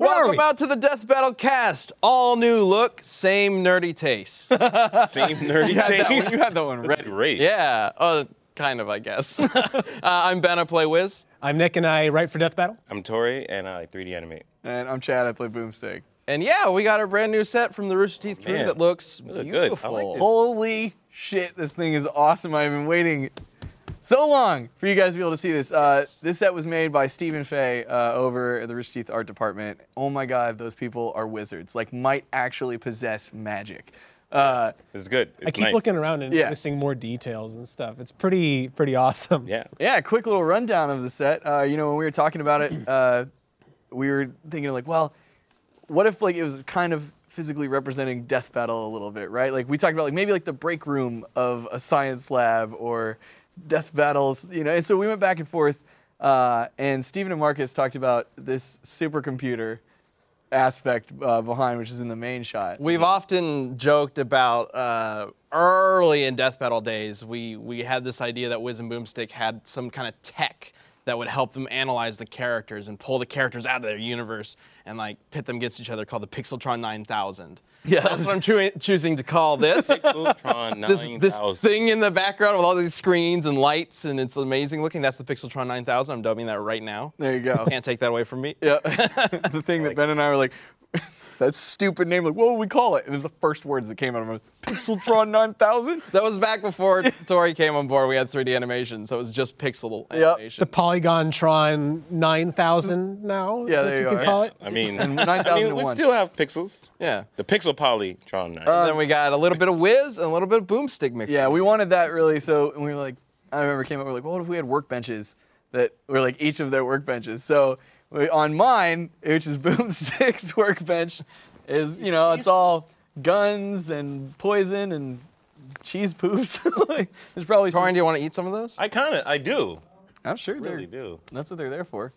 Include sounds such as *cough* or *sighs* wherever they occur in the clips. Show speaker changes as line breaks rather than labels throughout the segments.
are
Welcome
we?
out to the Death Battle cast. All new look, same nerdy
*laughs*
taste.
Same nerdy
You had that
taste.
one- Oh, you had that one ready.
*laughs* Great.
yeah, uh, kind of, I guess. *laughs* uh, I'm Ben, I play Wiz.
I'm Nick, and I write for Death Battle.
I'm Tori, and I like 3D animate.
And I'm Chad. I play Boomstick.
And yeah, we got a brand new set from the Rooster Teeth crew
Oh, man.
that looks
They look good. I like
beautiful.
this.
Holy shit, this thing is awesome. I've been waiting so long for you guys to be able to see this. Uh,
Yes.
This set was made by Stephen Fay uh, over at the Rooster Teeth Art Department. Oh my god, those people are wizards. Like, might actually possess magic. Uh,
It's good. It's
I keep
nice.
looking around and
Yeah.
missing more details and stuff. It's pretty, pretty awesome.
Yeah.
yeah, quick little rundown of the set. Uh, you know, when we were talking about it, uh, we were thinking like, well, what if like it was kind of physically representing death battle a little bit, right? Like we talked about like maybe like the break room of a science lab or death battles, you know. And so we went back and forth, uh, and Stephen and Marcus talked about this supercomputer aspect uh, behind, which is in the main shot.
We've often joked about uh, early in Death Battle days, we, we had this idea that Wiz and Boomstick had some kind of tech that would help them analyze the characters and pull the characters out of their universe and like pit them against each other called the Pixeltron 9000.
Yeah, that
That's what I'm choo- choosing to call this.
*laughs* *laughs*
*laughs*
Ultron
this, this
9000.
thing in the background with all these screens and lights and it's amazing looking. That's the Pixeltron 9000. I'm dubbing that right now.
There you go.
Can't take that away from me.
Yeah. *laughs* the thing that Ben and I were like, *laughs* that stupid name, like, what would we call it? And it was the first words that came out of my Pixeltron 9000?
That was
*laughs*
back before Tori came on board. We had 3D animation, so it was just pixel animation.
The Polygon Tron 9000
Yeah,
now. is
there
what
you
you could
are.
call it.
I *laughs* mean,
And
I mean, we
9001.
still have pixels.
Yeah. Uh,
The Pixel Polytron 9.
And then we got a little bit of whiz and a little bit of boomstick mix.
Yeah, we wanted that really. So and we were like, I remember it came up. We were like, well, what if we had workbenches that were like each of their workbenches? So we, on mine, which is *laughs* Boomstick's workbench, is you know it's all guns and poison and cheese poops. *laughs* like, there's probably
Torin,
some,
do you want to eat some of those?
I kind of, I do.
I'm sure
Really
they're,
*laughs*
do.
that's what they're there for.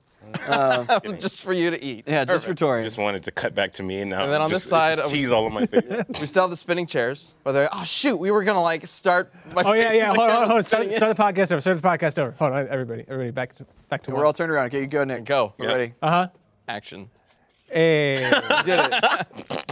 just for you to eat.
Yeah, just for Tori.
Just wanted to cut back to me and now.
And then on
just,
this side,
it's
I
just
was-
cheese all on my face.
*laughs* We still have the spinning chairs. By the way, oh shoot, we were gonna like start. My
Oh yeah,
face in
*laughs*
yeah.
the
Hold on,
camera
hold on. hold on.
spinning
Start, start the podcast over. Start the podcast over. Hold on, everybody, everybody, back to back to
We're
one.
all turned around. Okay, you go, Nick.
Go.
We're
Yeah.
ready.
Action.
Hey,
*laughs* You did it.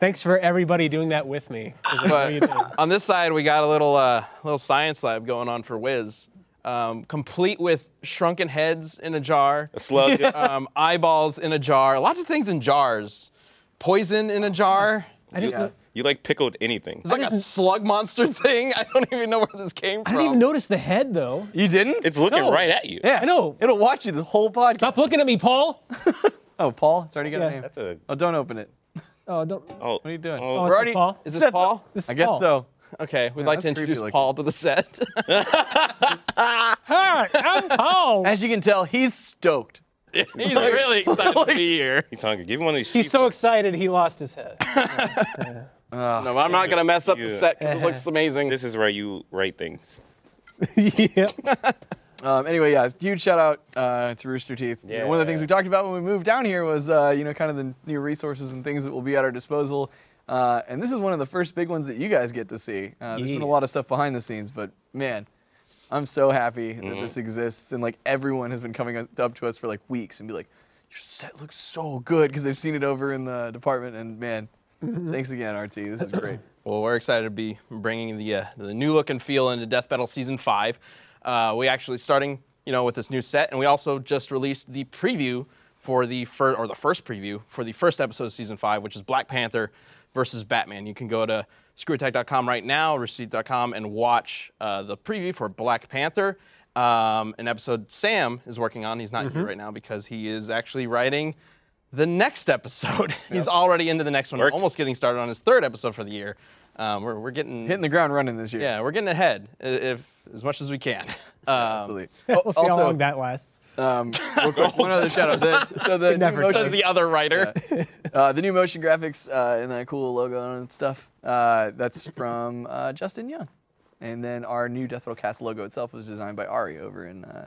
thanks for everybody doing that with me. 'cause I know you did.
But on this side, we got a little uh, little science lab going on for Wiz, um, complete with shrunken heads in a jar.
A slug. uh,
um, eyeballs in a jar, lots of things in jars, poison in a jar.
I just,
Yeah.
You like pickled anything.
It's like a slug monster *laughs* thing. I don't even know where this came
I
from.
didn't even notice the head though.
You didn't?
It's looking
No.
right at you.
yeah.
I know.
It'll watch you the whole podcast.
Stop looking at me, Paul.
Oh, Paul, it's already got
Yeah.
a name.
That's a-
Oh, don't open it.
Oh, don't.
Oh, what
are you doing?
Oh,
Oh,
it's
We're
not
already-
Paul.
Is this
That's a-
Paul?
This
I
is
guess
Paul.
so.
Okay, we'd like
that's
to introduce
creepy looking.
Paul to the set. *laughs*
Hi,
*laughs*
I'm Paul.
As you can tell, he's stoked.
He's really excited to *laughs* be here.
He's hungry. Give him one of these.
He's
sheep
so
ones.
excited he lost his
*laughs*
head. *laughs*
No, I'm not gonna mess up the
Yeah.
set because it looks
*laughs*
amazing.
This is where you write things.
yep.
Um, anyway, yeah, huge shout out uh, to Rooster Teeth. You know, one of the things
Yeah.
we talked about when we moved down here was, uh, you know, kind of the new resources and things that will be at our disposal. Uh, and this is one of the first big ones that you guys get to see. Uh, There's been a
Yeah.
lot of stuff behind the scenes, but man, I'm so happy that this exists. And like everyone has been coming up to us for like weeks and be like, your set looks so good because they've seen it over in the department. And man,
Mm-hmm.
thanks again, RT. This is great.
Well, we're excited to be bringing the uh, the new look and feel into Death Battle Season Five. Uh, we actually starting you know with this new set, and we also just released the preview for the first or the first preview for the first episode of Season Five, which is Black Panther versus Batman. You can go to screwattack.com right now, receipt.com, and watch uh, the preview for Black Panther. Um, an episode Sam is working on. He's not here right now because he is actually writing the next episode. *laughs* He's already into the next one. We're
Work.
almost getting started on his third episode for the year. Um, we're, we're getting
Hitting the ground running this year.
yeah, we're getting ahead i- if as much as we can. Um,
Absolutely.
*laughs* We'll see
also,
how long that lasts.
um, real quick, one other shout out. The,
*laughs*
so the new,
never
says
motion,
the other writer.
uh, the new motion graphics uh, and that cool logo and stuff. Uh,
*laughs*
that's from uh, Justin Young. And then our new Death Metal Cast logo itself was designed by Ari over in uh,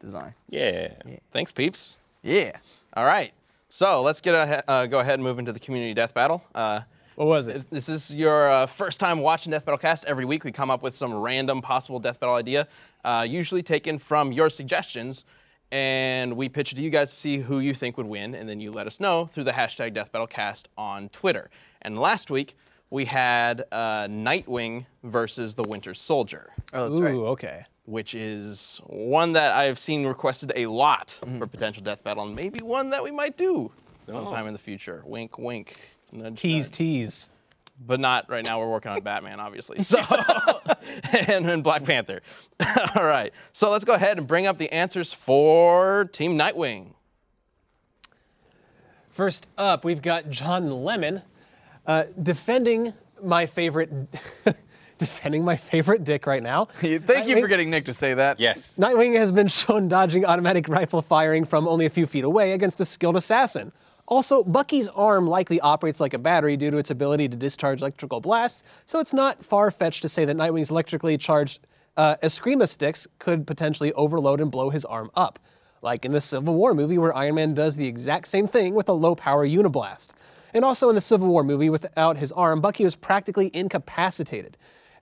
design.
Yeah.
*laughs* Thanks, peeps.
Yeah.
All right, so let's get ahe- uh, go ahead and move into the community death battle. Uh,
What was it?
if this is your uh, first time watching Death Battle Cast, every week we come up with some random possible Death Battle idea, uh, usually taken from your suggestions. and we pitch it to you guys to see who you think would win, and then you let us know through the hashtag DeathBattleCast on Twitter. And last week we had uh, Nightwing versus the Winter Soldier,
Oh, that's
Ooh,
right.
okay.
which is one that I've seen requested a lot for potential death battle, and maybe one that we might do sometime in the future. Wink, wink. Nudge,
Tease,
nudge
tease.
but not right now. We're working on Batman, *laughs* obviously. So, and, and Black Panther. *laughs* All right. So let's go ahead and bring up the answers for Team Nightwing.
First up, we've got John Lemon uh, defending my favorite, *laughs* defending my favorite dick right now.
*laughs* Thank you for
Nightwing-
getting Nick to say that.
Yes.
Nightwing has been shown dodging automatic rifle firing from only a few feet away against a skilled assassin. Also, Bucky's arm likely operates like a battery due to its ability to discharge electrical blasts, so it's not far fetched to say that Nightwing's electrically charged uh, Eskrima sticks could potentially overload and blow his arm up, like in the Civil War movie where Iron Man does the exact same thing with a low power uniblast. And also in the Civil War movie, without his arm, Bucky was practically incapacitated.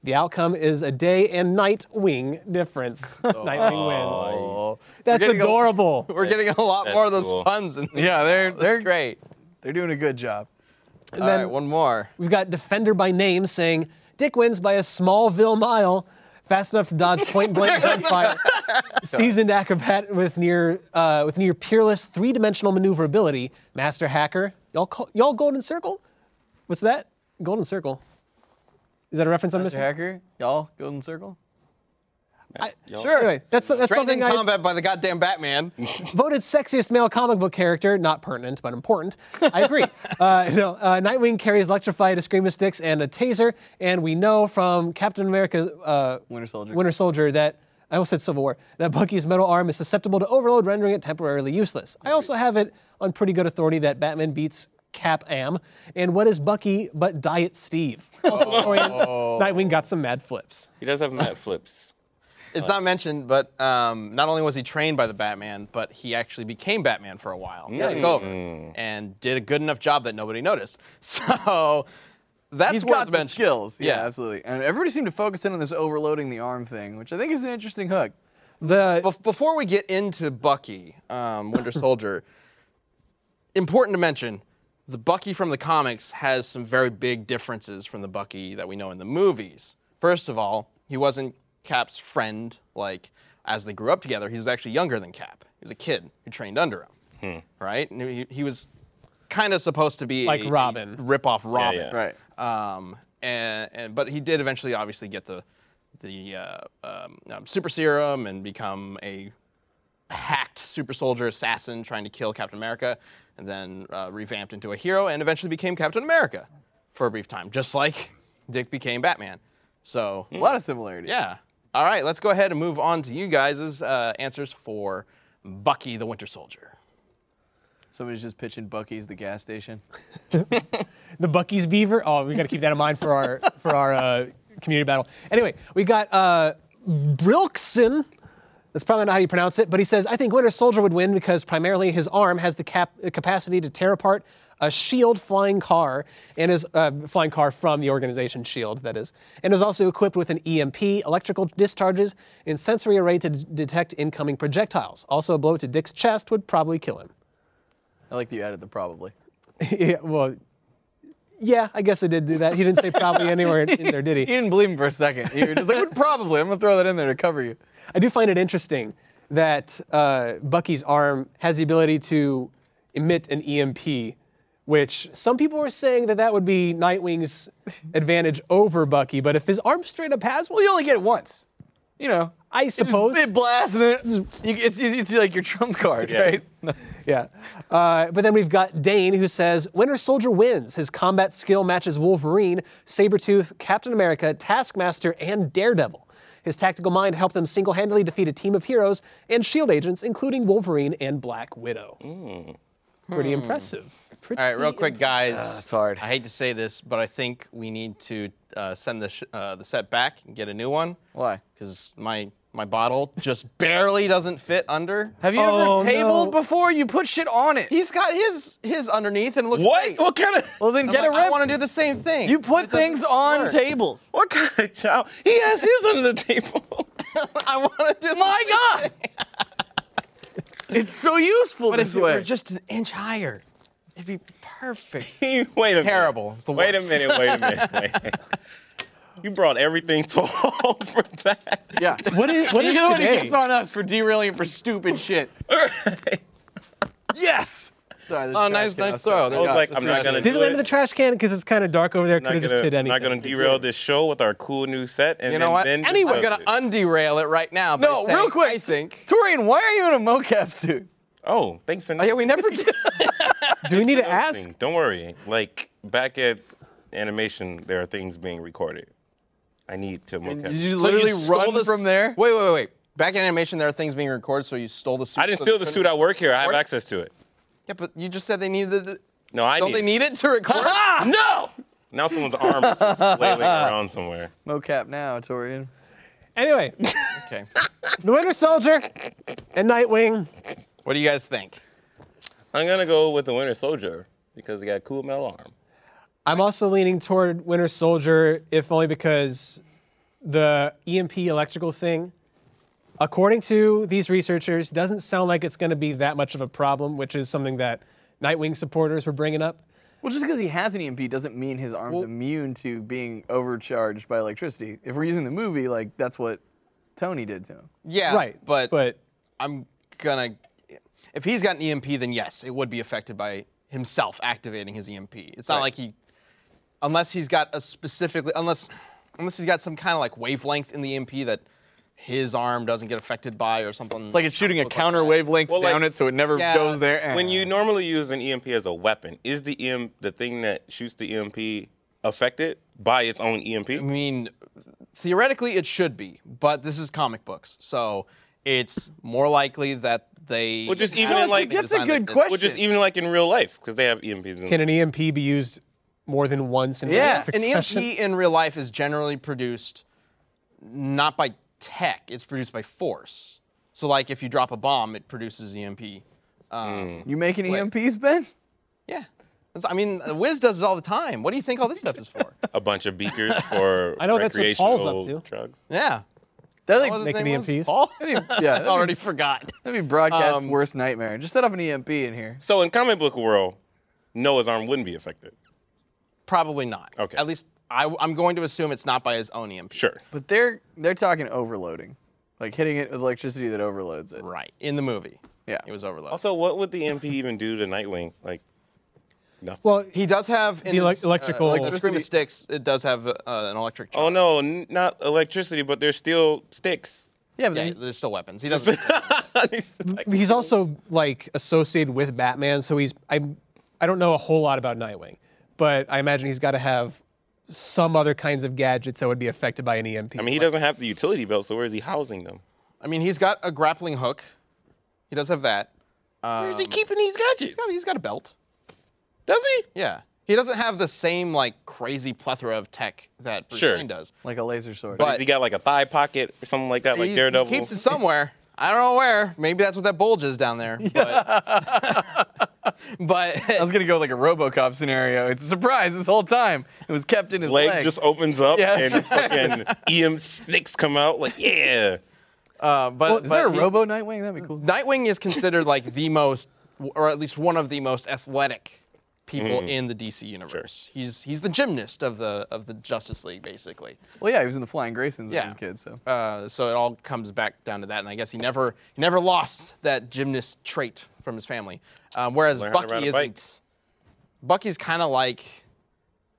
The outcome is a day and night wing
*laughs*
difference. Nightwing wins.
Oh,
That's
We're getting a-
adorable.
We're getting a lot
That's
more of those
cool.
puns. In this.
Yeah, they're they're
That's *laughs* great.
they're doing a good job.
All right, one more.
We've got defender by name saying Dick wins by a Smallville mile, fast enough to dodge point blank gunfire. Seasoned acrobat with near uh, with near peerless three dimensional maneuverability. Master hacker. Y'all call, y'all golden circle? What's that? Golden circle. Is that a reference I'm
Mr.
missing?
Hacker, y'all, Golden Circle.
I-
Sure.
Anyway, that's that's
Trained in
something I
combat by the goddamn *laughs* Batman.
voted sexiest male comic book character, not pertinent, but important. I agree. uh, no, uh, Nightwing carries electrified Eskrima sticks and a taser, and we know from Captain America uh,
Winter Soldier.
Winter Soldier that. I almost said Civil War. That Bucky's metal arm is susceptible to overload, rendering it temporarily useless. I also have it on pretty good authority that Batman beats Cap Am. And what is Bucky but Diet Steve? Also,
*laughs*
Orion-
Oh.
Nightwing got some mad flips.
He does have mat flips.
It's not mentioned, but um, not only was he trained by the Batman, but he actually became Batman for a while.
Mm.
He took over and did a good enough job that nobody noticed. *laughs* So that's
He's
worth
got the
mentioning.
skills. Yeah,
Yeah.
absolutely. And everybody seemed to focus in on this overloading the arm thing, which I think is an interesting hook.
The
Bef- before we get into Bucky, um,
*laughs*
Winter Soldier, important to mention the Bucky from the comics has some very big differences from the Bucky that we know in the movies. First of all, he wasn't Cap's friend, like, as they grew up together. He was actually younger than Cap. He was a kid who trained under him, right? And he, he was kind of supposed to be
Hmm. Like
a-
Robin.
a rip-off Robin.
yeah.
Right.
Um, and, and but he did eventually, obviously, get the the uh, um, um, super serum and become a hacked super soldier assassin trying to kill Captain America, and then uh, revamped into a hero and eventually became Captain America for a brief time, just like Dick became Batman. So
A lot of similarities.
yeah. All right, let's go ahead and move on to you guys' uh, answers for Bucky the Winter Soldier.
Somebody's just pitching Bucky's the gas station.
the Bucky's Beaver. Oh, we got to keep that in mind for our for our uh, community battle. Anyway, we got uh, Brilkson. That's probably not how you pronounce it, but he says I think Winter Soldier would win because primarily his arm has the cap- uh, capacity to tear apart a Shield flying car and is uh, flying car from the organization Shield, that is, and is also equipped with an EMP, electrical discharges, and sensory array to d- detect incoming projectiles. Also, a blow to Dick's chest would probably kill him.
I like that you added the probably.
*laughs* Yeah, well, yeah, I guess I did do that. He didn't say probably anywhere in, in there, did
You *laughs*
he?
didn't believe him for a second. You were just like, "Well, probably. I'm gonna throw that in there to cover you.
I do find it interesting that uh, Bucky's arm has the ability to emit an EMP, which some people were saying that that would be Nightwing's advantage over Bucky. But if his arm straight up has
Well,
one,
you only get it once. You know.
I
It just-
suppose.
it blasts and then it's, you, it's, it's like your trump card, right? *laughs*
Yeah. Uh, but then we've got Dane who says Winter Soldier wins. His combat skill matches Wolverine, Sabretooth, Captain America, Taskmaster, and Daredevil. His tactical mind helped him single handedly defeat a team of heroes and S.H.I.E.L.D. E agents, including Wolverine and Black Widow. Pretty impressive. Pretty
All right, real quick, guys.
Ah, it's hard.
I hate to say this, but I think we need to uh, send the, sh- uh, the set back and get a new one.
Why?
Because my my bottle just barely doesn't fit under.
Have you
Oh,
ever tabled
no.
before? You put shit on it.
He's got his his underneath and it looks.
What?
great.
What kind of
Well, then
I'm
get
like,
a rep.
I want to do the same thing. *laughs*
You put things on
work.
tables.
what kind of child? He *laughs* has his under the table.
*laughs* I want to do.
My God! It's so useful
But if
this
it were
way.
just an inch higher, it'd be perfect.
wait a minute.
Terrible. It's
*laughs*
the
Wait a
worst.
minute. Wait a minute. Wait. a *laughs* minute. you brought everything tall for that.
yeah.
What
*laughs*
is what is
You're the one who
today?
gets on us for derailing for stupid
*laughs*
shit. yes. Sorry. there's
Oh,
a
nice,
crack in
nice
outside.
throw. There
I was
you go.
like,
Just
I'm not
threw that
gonna
in.
Did it land in the trash can? Because it's kind of dark over there. Could
Not
have just hit
gonna,
anything.
not gonna derail this show with our cool new set. And
You know what?
then Ben
Anyway, I'm
just does
gonna
it.
underail it right now. by
No,
saying,
real quick. *laughs*
I think.
Torian, why are you in a mocap suit?
Oh, thanks for
Oh, yeah,
*laughs*
we never did.
Do we need to ask?
Don't worry. Like back at animation, there are things being recorded. I need to mocap.
Did you
*laughs* So you
literally
stole
run
this-
from there?
Wait, wait, wait. Back in animation, there are things being recorded, so you stole the suit.
I didn't
so
steal the
couldn't-
suit. I work here. I have
Recorded?
access to it.
Yeah, but you just said they needed. The,
No, I
don't
did.
they need it to record?
No. Now someone's arm is just flailing around somewhere.
Mocap now, Torian.
Anyway,
*laughs* okay.
the Winter Soldier and Nightwing.
What do you guys think?
I'm gonna go with the Winter Soldier because he got a cool metal arm.
I'm also leaning toward Winter Soldier, if only because the EMP electrical thing, according to these researchers, doesn't sound like it's going to be that much of a problem, which is something that Nightwing supporters were bringing up.
Well, just because he has an EMP doesn't mean his arm's immune to being overcharged by electricity. If we're using the movie, like that's what Tony did to him.
Yeah.
right,
But,
but
I'm gonna. If he's got an EMP, then yes, it would be affected by himself activating his EMP. It's not like he, unless he's got a specifically, unless, unless he's got some kind of like wavelength in the EMP that his arm doesn't get affected by or something.
It's like it's shooting a counter wavelength
like-
down it, so it never
Yeah,
goes there.
When you normally use an EMP as a weapon, is the EM the thing that shoots the EMP affected by its own E
I
EMP?
mean, theoretically, it should be, but this is comic books, so it's more likely that they.
Well, just
have
even,
something
like-
designed
That's a good
that-
question.
Which is even like in real life because they have E EMPs. In
can an EMP be used more than once in
Yeah,
An E
succession? *laughs*
EMP in real life is generally produced not by tech; it's produced by force. So, like, if you drop a bomb, it produces E EMP.
you making EMPs, Ben?
Yeah, That's- I mean, Wiz does it all the time. What do you think all this stuff
*laughs*
is for?
a bunch of beakers for
I know that's what
recreational
Paul's up to.
drugs.
Yeah,
That
What was
like
his
Making
name was?
EMPs?
Paul? *laughs*
yeah,
I already forgot.
that'd be broadcast worst nightmare. Just set up an EMP in here.
So in comic book world, Noah's arm wouldn't be affected.
Probably not.
Okay.
At least I, I'm going to assume it's not by his own E EMP.
Sure.
But they're they're talking overloading, like hitting it with electricity that overloads it.
Right. In the movie.
Yeah.
It was overloaded.
Also, what would the EMP even do to Nightwing? Like nothing.
well,
He does have in
The elec-
his,
electrical-
Uh, the Scream of Sticks. It does have uh, an electric.
oh
Charge.
no, n- not electricity, but they're still sticks.
Yeah, but
yeah,
then
there's still weapons. He
*laughs*
doesn't.
Like,
he's also like associated with Batman, so he's I I don't know a whole lot about Nightwing, but I imagine he's got to have some other kinds of gadgets that would be affected by an E EMP.
I mean, he doesn't have the utility belt, so where is he housing them?
I mean, he's got a grappling hook. He does have that.
Where's he keeping these gadgets?
Yeah, Um, he's got a belt.
Does he?
Yeah. He doesn't have the same like crazy plethora of tech that Bruce
Sure.
Wayne does.
like a laser sword.
But-
Has he got like a thigh pocket or something like that, like
He's-
Daredevil?
He keeps it somewhere. I don't know where. Maybe that's what that bulge is down
*laughs*
there. But,
I
but *laughs*
was gonna go like a RoboCop scenario. It's a surprise this whole time. It was kept in his
Leg
leg.
just opens up
Yeah.
*laughs*
and fucking EM sticks come out. Like, yeah.
uh, but
Is there a
but he-
Robo Nightwing? That'd be cool.
Nightwing is considered like the most, or at least one of the most athletic people in the DC universe. He's he's the gymnast of the of the Justice League, basically.
Well, yeah, he was in the Flying Graysons when
Yeah.
he was a kid, so
Uh, so it all comes back down to that, and I guess he never he never lost that gymnast trait from his family. Um, whereas
Learn how to ride
Bucky
a
isn't.
bike.
Bucky's kind of like.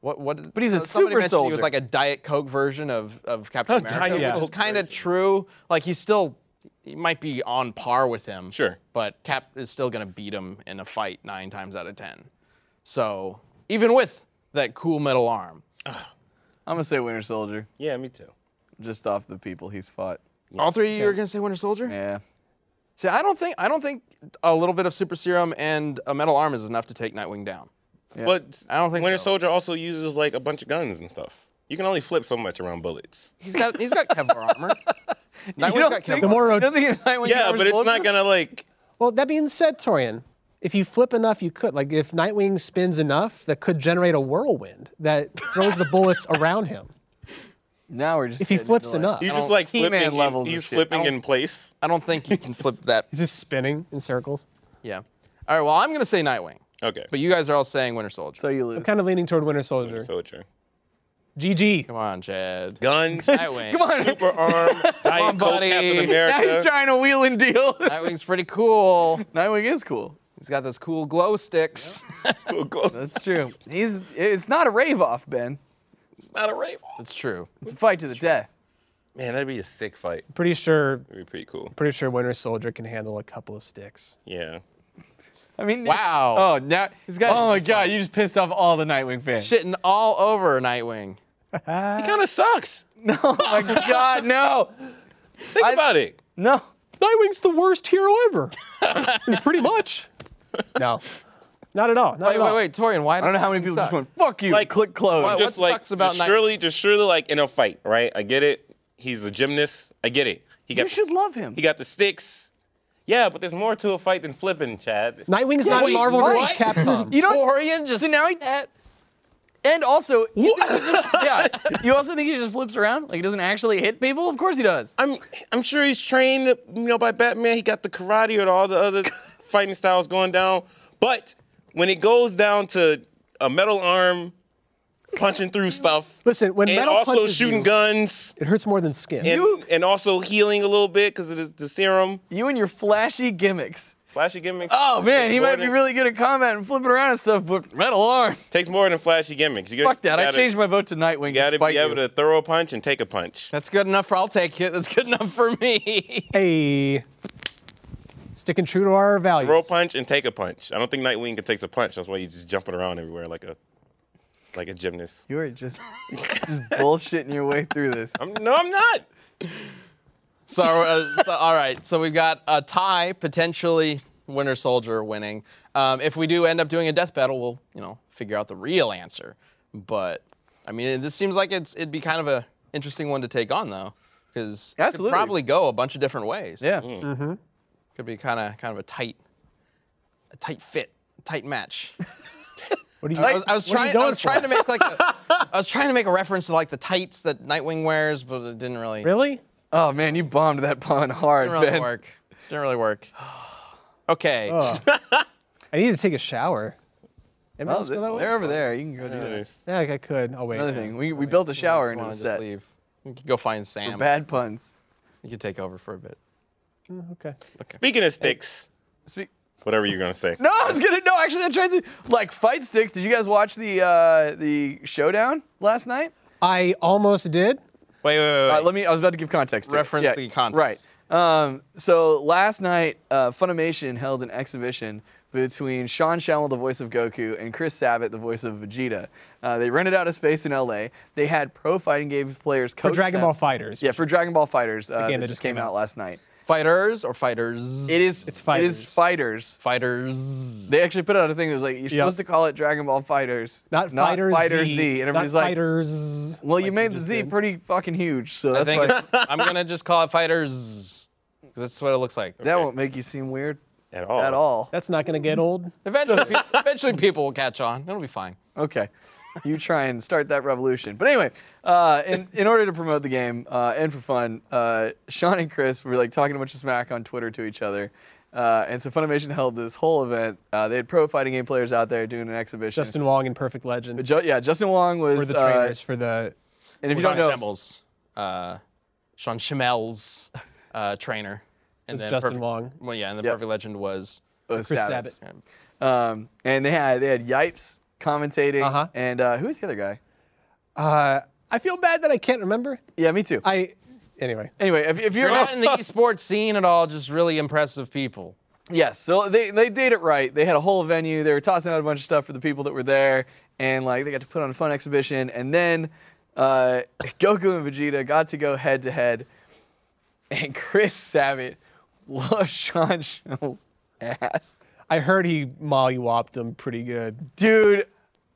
What, what, but
he's a super
He was
soldier.
like a Diet Coke version of, of Captain America,
Diet
which
Coke
is kind of true. Like he's still, he might be on par with him.
Sure.
But Cap is still gonna beat him in a fight nine times out of ten. So even with that cool metal arm,
I'm gonna say Winter Soldier,
Yeah, me too.
just off the people he's fought.
all three of you are gonna say Winter Soldier.
Yeah.
See, I don't think I don't think a little bit of super serum and a metal arm is enough to take Nightwing down.
But
I don't think
Winter
so.
Soldier also uses like a bunch of guns and stuff. You can only flip so much around bullets.
He's got he's
*laughs*
got Kevlar armor. Nightwing's
You don't
got
think-
Kevlar. armor.
more
you don't think Nightwing
Yeah,
covers
but it's
both
not
of them?
gonna like.
well, that being said, Torian, if you flip enough, you could like if Nightwing spins enough, that could generate a whirlwind that throws the bullets around him.
Now we're just
If he
getting
flips
into,
enough.
He's
He's
just like
He-Man
flipping. in-
levels of
he's
shit.
flipping
I
in place.
I don't think you
*laughs*
can flip that.
just spinning in circles.
Yeah. All right. Well, I'm gonna say Nightwing,
Okay.
but you guys are all saying Winter Soldier.
so you lose.
Kind of leaning toward Winter Soldier.
soldier.
GG.
Come on, Chad. *laughs*
Guns.
Nightwing. Come on. *laughs*
Super arm. Diet
on,
Coke.
buddy. *laughs*
Captain
Now
America.
he's trying to wheel and deal. *laughs*
Nightwing's pretty cool.
Nightwing is cool.
He's got those cool glow sticks.
Cool, cool.
That's true. He's. It's not a rave off, Ben.
It's not a rape.
That's true.
It's a fight to the death.
Man, that'd be a sick fight.
Pretty sure.
That'd be pretty cool.
Pretty sure Winter Soldier can handle a couple of sticks.
Yeah.
I mean.
Wow.
Oh, now he's
got-
got. Oh my God, you just pissed off all the Nightwing fans.
Shitting all over Nightwing.
He kind of sucks.
Oh my God, no,
Think about it.
no.
Nightwing's the worst hero ever. Pretty much. No, not at all. Not
Wait,
at
wait,
all.
wait, Torian. Why?
I don't know how many people just went. Fuck you.
Like-
click close.
Why-
Just-
Just
what
like
sucks about
just
Night-
surely, just surely, like in a fight, right? I get it. He's a gymnast. I get it. He got
You
the-
should love him.
He got the sticks. Yeah, but there's more to a fight than flipping, Chad.
Nightwing's not
wait,
in Marvel
what?
versus Capcom.
you don't.
Torian just.
So now he-
that.
And also, you think he *laughs* just- yeah. You also think he just flips around? Like he doesn't actually hit people? Of course he does.
I'm I'm sure he's trained, you know, by Batman. He got the karate and all the other fighting styles going down. But when it goes down to a metal arm punching through stuff,
*laughs* Listen, when
and
metal
also
punches
shooting
you-
guns,
It hurts more than skin.
and, and also healing a little bit because of the, the serum.
You and your flashy gimmicks.
Flashy gimmicks.
Oh man, he
More
might be
than-
really good at combat and flipping around and stuff, but metal arm.
takes more than flashy gimmicks.
*laughs*
You
Fuck that.
gotta,
I changed my vote to Nightwing
You gotta
despite
be able
you.
to throw a punch and take a punch.
That's good enough for. I'll take it. That's good enough for me.
Hey, sticking true to our values.
Throw a punch and take a punch. I don't think Nightwing can take a punch. That's why he's just jumping around everywhere like a like a gymnast.
You are *laughs* just just bullshitting your way through this.
I'm, no, I'm not.
So, uh, so all right. So we've got a tie potentially. Winter Soldier winning. Um, if we do end up doing a death battle, we'll you know figure out the real answer. But I mean, this seems like it's it'd be kind of a interesting one to take on though, because it could
Absolutely.
probably go a bunch of different ways.
Yeah.
Mm.
could be kind of kind of a tight, a tight fit, tight
*laughs*
match.
What do you?
I was, I was
what are
trying.
you
I
going
was
for?
trying to make
*laughs*
like. A, I was trying to make a reference to like the tights that Nightwing wears, but it didn't really,
Really?
Oh man, you bombed that pun hard,
didn't really
Ben.
work. Didn't really
*sighs*
work. Okay.
I need to take a shower. Am I
Oh,
supposed to go that way?
they're over there. You can go do that.
Yeah, I could. I'll wait.
Another thing, we, we built a shower into
Wanna
the
just
set.
leave. You can go find Sam.
Bad puns.
You can take over for a bit.
Okay.
Speaking of sticks,
Speak-
whatever you're gonna say.
No, I was gonna. No, actually, that tries to like fight sticks. Did you guys watch the uh, the showdown last night?
I almost did.
Wait, wait, wait.
Uh,
wait.
let me. I was about to give context. To it.
Reference the context.
Right. Um, so last night, uh, Funimation held an exhibition between Sean Shamil, the voice of Goku, and Chris Sabat, the voice of Vegeta. Uh, they rented out a space in LA. They had pro fighting games players coach
Dragon
them.
Ball Fighters.
Yeah, for Dragon Ball Fighters. Uh,
game
that
that
just came out last night.
Fighters or fighters?
It is.
It's
It is fighters.
fighters.
fighters.
They actually put out a thing that was like, you're supposed to call it Dragon Ball Fighters,
Not, Fighter Z.
And everybody's
not
like,
Fighters.
well, you
like
made the
just
Z
did.
pretty fucking huge, so
I
that's
think *laughs*
why
I'm gonna just call it fighters. 'cause that's what it looks like.
that won't make you seem weird
At all.
at all.
That's not gonna get old.
Eventually, pe- eventually people will catch on. It'll be fine.
Okay. You try and start that revolution. But anyway, uh, in, in order to promote the game uh, and for fun, uh, Sean and Chris were like talking a bunch of smack on Twitter to each other. Uh, and so Funimation held this whole event. Uh, they had pro fighting game players out there doing an exhibition.
Justin Wong and Perfect Legend
Ju- yeah, Justin Wong was.
were the
uh,
trainers for the.
and if you
Sean
don't know,
Schimmel's, uh, Sean Schimmel's uh, trainer. And
was Justin
Perfect-
Wong.
Well, yeah, and the
Yep.
Perfect Legend was.
was
Chris
Sabbath.
Sabat.
uh, Um, and they had they had Yipes commentating,
Uh-huh.
and uh, who was the other guy?
uh, I feel bad that I can't remember.
Yeah, me too.
I. Anyway.
anyway, if, if you're *laughs*
You're not in the esports scene at all, just really impressive people.
yes, so they they did it right. They had a whole venue. They were tossing out a bunch of stuff for the people that were there, and like they got to put on a fun exhibition. And then uh, *laughs* Goku and Vegeta got to go head to head, and Chris *laughs* Sabat was Sean Schill's ass,
I heard he mollywopped him pretty good.
dude.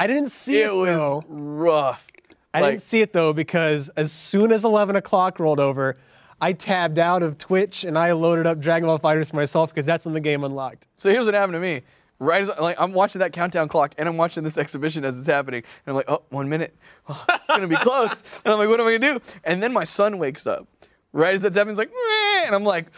I didn't see it,
It was
though.
rough.
I
like-
didn't see it though because as soon as 11 o'clock rolled over, I tabbed out of Twitch and I loaded up Dragon Ball Fighters for myself because that's when the game unlocked.
So here's what happened to me. Right as like I'm watching that countdown clock and I'm watching this exhibition as it's happening, and I'm like, oh, one minute, Oh, *laughs* it's gonna be close. And I'm like, what am I gonna do? And then my son wakes up. Right as that's happening, he's like, Meh, and I'm like,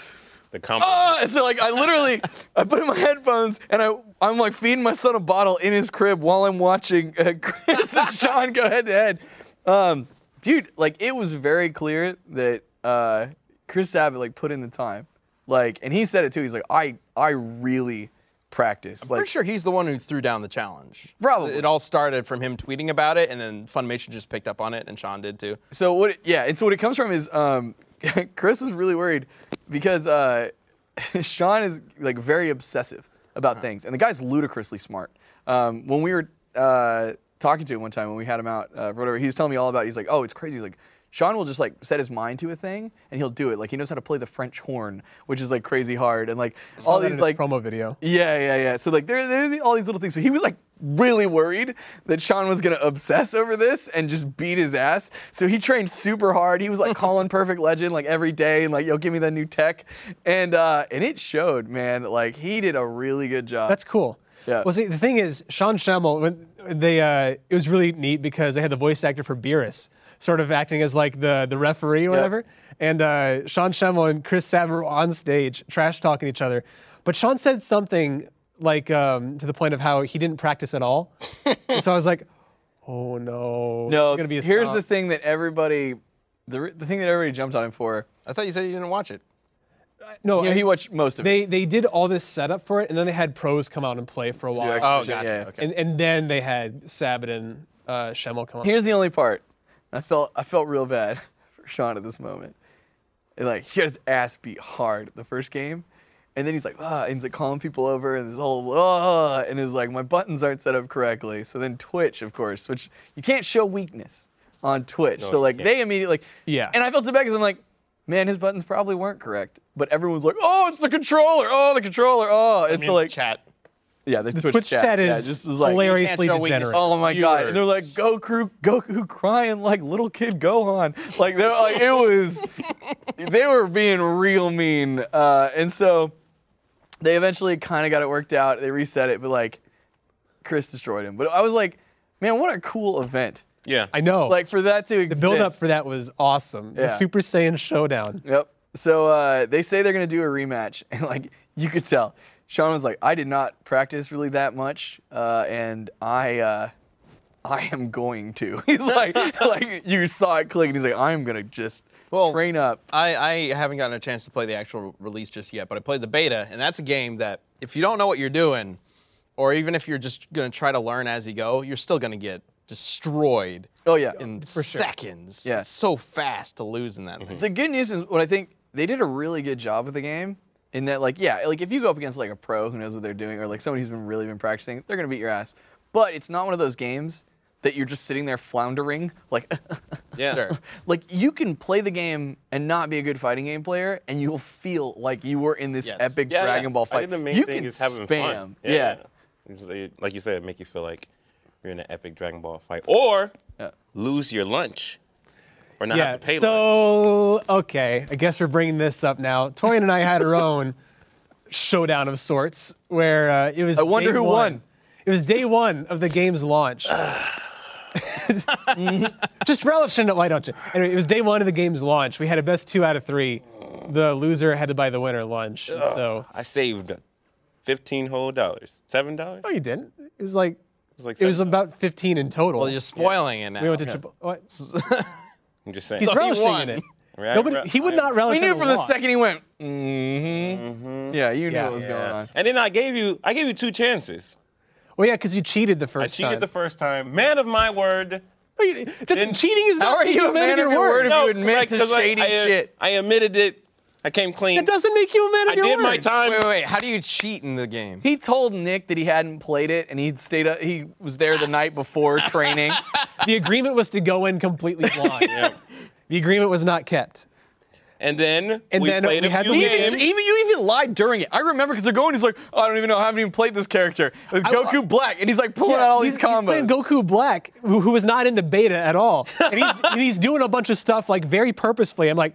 The combo.
"Ah!" And so like I literally, I put in my headphones and I I'm like feeding my son a bottle in his crib while I'm watching uh, *laughs* Chris and Sean go head to head. Um, dude, like it was very clear that uh, Chris Abbott like put in the time, like, and he said it too. He's like, I I really practice. Like,
Pretty sure he's the one who threw down the challenge.
Probably.
It all started from him tweeting about it, and then Funimation just picked up on it, and Sean did too.
So what? It, yeah, and so what it comes from is um, *laughs* Chris was really worried because uh, *laughs* Sean is like very obsessive about things, and the guy's ludicrously smart. Um, when we were uh, talking to him one time when we had him out, uh, whatever, he was telling me all about. It. He's like, "Oh, it's crazy." He's like. Sean will just like set his mind to a thing and he'll do it. Like he knows how to play the French horn, which is like crazy hard, and like all
that
these
in a
like
promo video.
yeah, yeah, yeah. So like there, there are the- all these little things. So he was like really worried that Sean was gonna obsess over this and just beat his ass. So he trained super hard. He was
*laughs*
like calling Perfect Legend like every day and like, yo, give me that new tech. And uh and it showed, man. Like he did a really good job.
That's cool.
Yeah.
Well, see, the thing is, Sean Schemmel, when they, uh, it was really neat because they had the voice actor for Beerus sort of acting as like the the referee or whatever, and uh, Sean Schemmel and Chris Saber were on stage trash talking each other, but Sean said something like um, to the point of how he didn't practice
*laughs*
at all, and so I was like, oh no, this
no,
is gonna be a
here's
slog."
the thing that everybody the, re- the thing that everybody jumped on him for.
I thought you said you didn't watch it.
no,
You know,
I-
he watched most of it.
they they did all this setup for it, and then they had pros come out and play for a while, Uh,
actually-
Oh,
Yeah,
gotcha.
yeah.
Okay.
and and then they had Sabaton, uh, Schemmel come out.
Here's the only part. I felt I felt real bad *laughs* for Sean at this moment. And like he got his ass beat hard the first game. And then he's like, ah, and he's like calling people over and this whole ah, and it was like, my buttons aren't set up correctly. So then Twitch, of course, which you can't show weakness on Twitch. so like they immediately like
Yeah.
And I felt so bad because I'm like, man, his buttons probably weren't correct. But everyone's like, oh, it's the controller, oh, the controller, oh. It's
In
like
chat.
yeah, the, Twitch,
Twitch chat
yeah,
is
just was like,
hilarious.
Can't
Seriously
show weakness.
degenerate.
Oh my god! And they're like
Viewers.
Goku, Goku crying like little kid Gohan. Like they're like it was, they were being real mean. Uh, and so they eventually kind of got it worked out. They reset it, but like Chris destroyed him. But I was like, man, what a cool event!
yeah.
I know.
Like for that to
Oh. the
exist.
build up for that was awesome.
Yeah.
The Super Saiyan showdown.
Yep. So uh, they say they're gonna do a rematch, *laughs* and like you could tell, Sean was like, I did not practice really that much, uh, and I. Uh, I am going to. *laughs* He's like, like you saw it click, and he's like, I'm gonna just
Well,
train up.
I, I haven't gotten a chance to play the actual release just yet, but I played the beta, and that's a game that if you don't know what you're doing, or even if you're just gonna try to learn as you go, you're still gonna get destroyed
Oh yeah.
in seconds.
Yeah. Mm-hmm.
It's so fast to lose in that thing.
the good news is what I think they did a really good job with the game. In that, like, yeah, like if you go up against like a pro who knows what they're doing, or like someone who's been really been practicing, they're gonna beat your ass. But it's not one of those games that you're just sitting there floundering, like, *laughs*
yeah.
Sure.
like you can play the game and not be a good fighting game player, and you'll feel like you were in this
Yes.
epic
Yeah,
Dragon
yeah.
Ball
I
fight.
think the main
you
thing
can
is having
spam.
fun.
Yeah.
It's like- Like you said, it make you feel like you're in an epic Dragon Ball fight, or lose your lunch, or not
Yeah.
have to pay lunch.
So okay, I guess we're bringing this up now. Torian and I
*laughs*
had our own showdown of sorts where uh, it was. I
wonder who won.
It was day one of the
*sighs*
game's launch. *laughs* Just relish in it, why don't you? Anyway, it was day one of the game's launch. We had a best two out of three. The loser had to buy the winner lunch. and So
I saved fifteen whole dollars, seven dollars.
no, you didn't. It was like it was,
was like $7.
about fifteen in total.
Well, you're spoiling it now.
we went to Chipotle. what?
I'm just saying.
He's
he
relishing
won.
in it.
I mean, I
Nobody,
re-
he would
I-
not relish.
We
in
knew
a
from the
loss.
second he went. Mm-hmm. Yeah, you knew
Yeah.
what was going
Mm-hmm. Yeah.
on.
And then I gave you, I gave you two chances.
Well, yeah, because you cheated the
I
first
cheated
time.
the first time. Man of my word.
No, you didn't. That- cheating is
How
not
are
making
you a
man of your word.
if you admit to
'cause I-
shady
I,
shit?
I admitted it. I came clean.
It doesn't make you a man of
I
your
did
word.
my time.
Wait, wait, wait. How do you cheat in the game?
He told Nick that he hadn't played it and he'd stayed up he was there the night before
*laughs*
training.
The agreement was to go in completely blind. The agreement was not kept.
And then
And
we
then
played
we
a
had
few
the-
He
Even-
games.
even, even you even lied during it. I remember because they're going. He's like, I don't even know. I haven't even played this character. With Goku Black, and he's like pulling out all
he's,
these combos.
He's playing Goku Black, who, who was not in the beta at all, and he's, and he's doing a bunch of stuff like very purposefully. I'm like,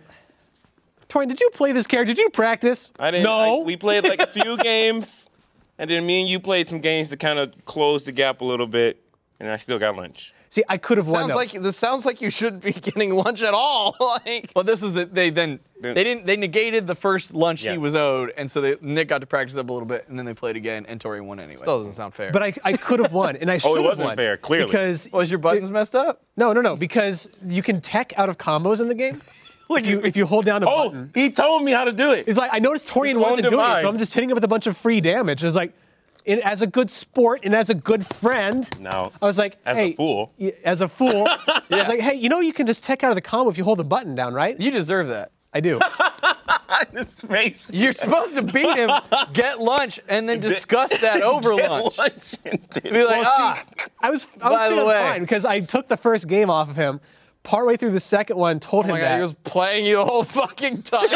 Torian, did you play this character? Did you practice?
I didn't.
No.
I- we played like a few *laughs* games. And then me and you played some games to kind of close the gap a little bit, and I still got lunch.
See, I could have won.
Sounds
though.
like this sounds like you shouldn't be *laughs* getting lunch at all. *laughs* like
Well, this is the they then
Then-
they didn't they negated the first lunch
Yeah.
he was owed, and so they, Nick got to practice up a little bit, and then they played again, and Tori won anyway.
still doesn't sound fair.
but I, I could have won,
*laughs*
and I should have won.
Oh, wasn't fair, clearly.
Because
was your buttons messed up?
no, no, no. Because you can tech out of combos in the
*laughs*
game. if you if you hold down a
Oh,
button,
he told me how to do it. *laughs*
it's like I noticed Torian
His own
wasn't doing it,
demise.
so I'm just hitting him with a bunch of free damage. It was like, and as a good sport and as a good friend,
No.
I was like,
As a
hey,
fool.
y- as a
*laughs*
fool, I was like, hey, you know, you can just tech out of the combo if you hold the button down, right?
You deserve that.
I
*laughs*
do.
His face. *laughs*
You're supposed to beat him, get lunch, and then discuss
*laughs*
that over
Get
lunch.
lunch and did-
Be like, ah,
I was I was
By the
feeling
way-
fine because I took the first game off of him. Partway through the second one, told
oh
him
my god,
that,
he was playing you the whole *laughs* fucking time.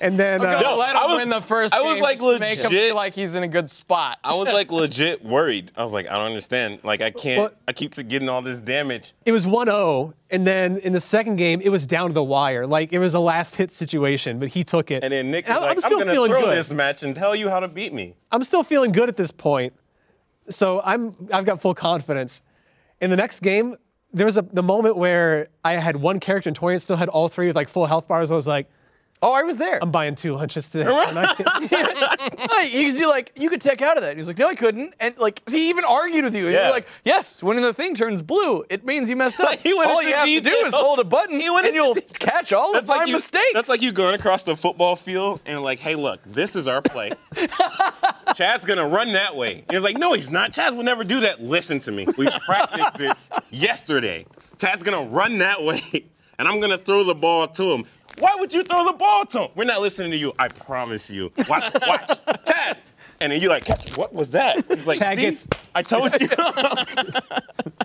and then uh,
Don't *laughs* let him
I was-
win the first
I was,
game
like,
just to make him
legit-
feel like Uh, he's in a good spot.
I was like legit worried. I was like, I don't understand. Like I can't.
What?
I keep getting all this damage.
it was 1-0, and then in the second game, it was down to the wire. Like it was a last hit situation, but he took it.
And then Nick
And
was
I-
like,
I'm still
gonna
feeling
throw
good.
this match and tell you how to beat me.
I'm still feeling good at this point. So I'm I've got full confidence. In the next game, there was a the moment where I had one character and Torian still had all three with like full health bars. I was like,
oh, I was there.
I'm buying two lunches
*laughs*
today. And I-
Because you're like, you could check out of that. He's like, no, I couldn't. And like, he even argued with you.
Yeah.
You're like, yes, when the thing turns blue, it means you
*laughs*
messed up.
He went
all
into
you have to do
detail.
is hold a button,
He went
and
into
you'll catch all of my
you,
mistakes.
That's like you going across the football field and like, hey, look, this is our play.
*laughs*
Chad's gonna run that way. And it's like, no, he's not. Chad will never do that. Listen to me.
*laughs*
We practiced this yesterday. Chad's gonna run that way, *laughs* and I'm gonna throw the ball to him. Why would you throw the ball to him? We're not listening to you. I promise you.
*laughs*
Watch, watch, Chad. And then you're like, what was that? He's like,
Chad
See?
gets-
I told
*laughs*
you. *laughs*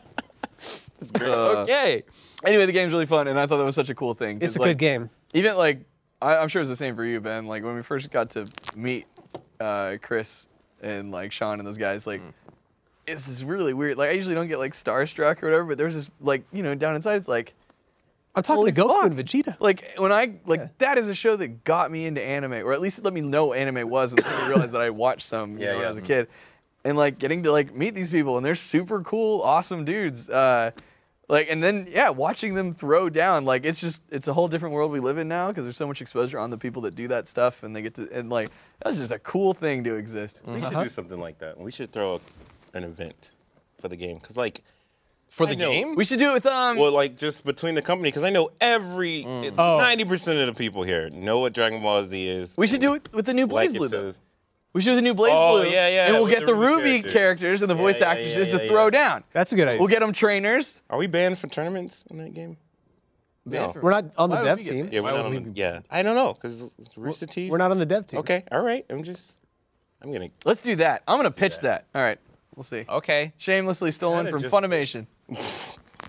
okay.
Anyway, the game's really fun, and I thought that was such a cool thing. 'cause,
it's a
like,
good game.
Even like, I, I'm sure it was the same for you, Ben. Like when we first got to meet uh, Chris and like Sean and those guys, like this is really weird. Like I usually don't get like starstruck or whatever, but there was this like you know down inside, it's like
I'm talking
holy
to Goku
fuck.
and Vegeta.
Like when I like that is a show that got me into anime, or at least let me know what anime was, and I realized that I watched some you
Yeah,
know, when
yeah.
I was a kid, and like getting to like meet these people, and they're super cool, awesome dudes. Uh, like and then yeah, watching them throw down, like it's just it's a whole different world we live in now because there's so much exposure on the people that do that stuff, and they get to and like that was just a cool thing to exist.
We
Uh-huh.
should do something like that. We should throw an event for the game. Cause like,
For the
I know.
game?
We should do it with um.
well, like just between the company, cause I know every ninety percent of the people here know what Dragon Ball Z is.
we should do it with the new Blaze
like
Blue
it's
though.
a-
We should do the new Blaze
Oh,
Blue.
yeah, yeah,
And we'll
with
get the, Ruby characters. and the
Yeah,
voice
yeah, yeah,
actresses
yeah,
to
yeah.
throw down.
That's a good idea.
We'll get them trainers.
Are we banned for tournaments in that game? No.
We're not on
Why
the
would
dev
we get
team.
Yeah, we're not on the- yeah. I don't know, cause it's Rooster Teeth.
We're not on the dev team.
Okay, all right. I'm just. I'm gonna.
Let's do that. I'm gonna pitch that. All right, we'll see.
Okay.
Shamelessly stolen
Kinda
from
just-
Funimation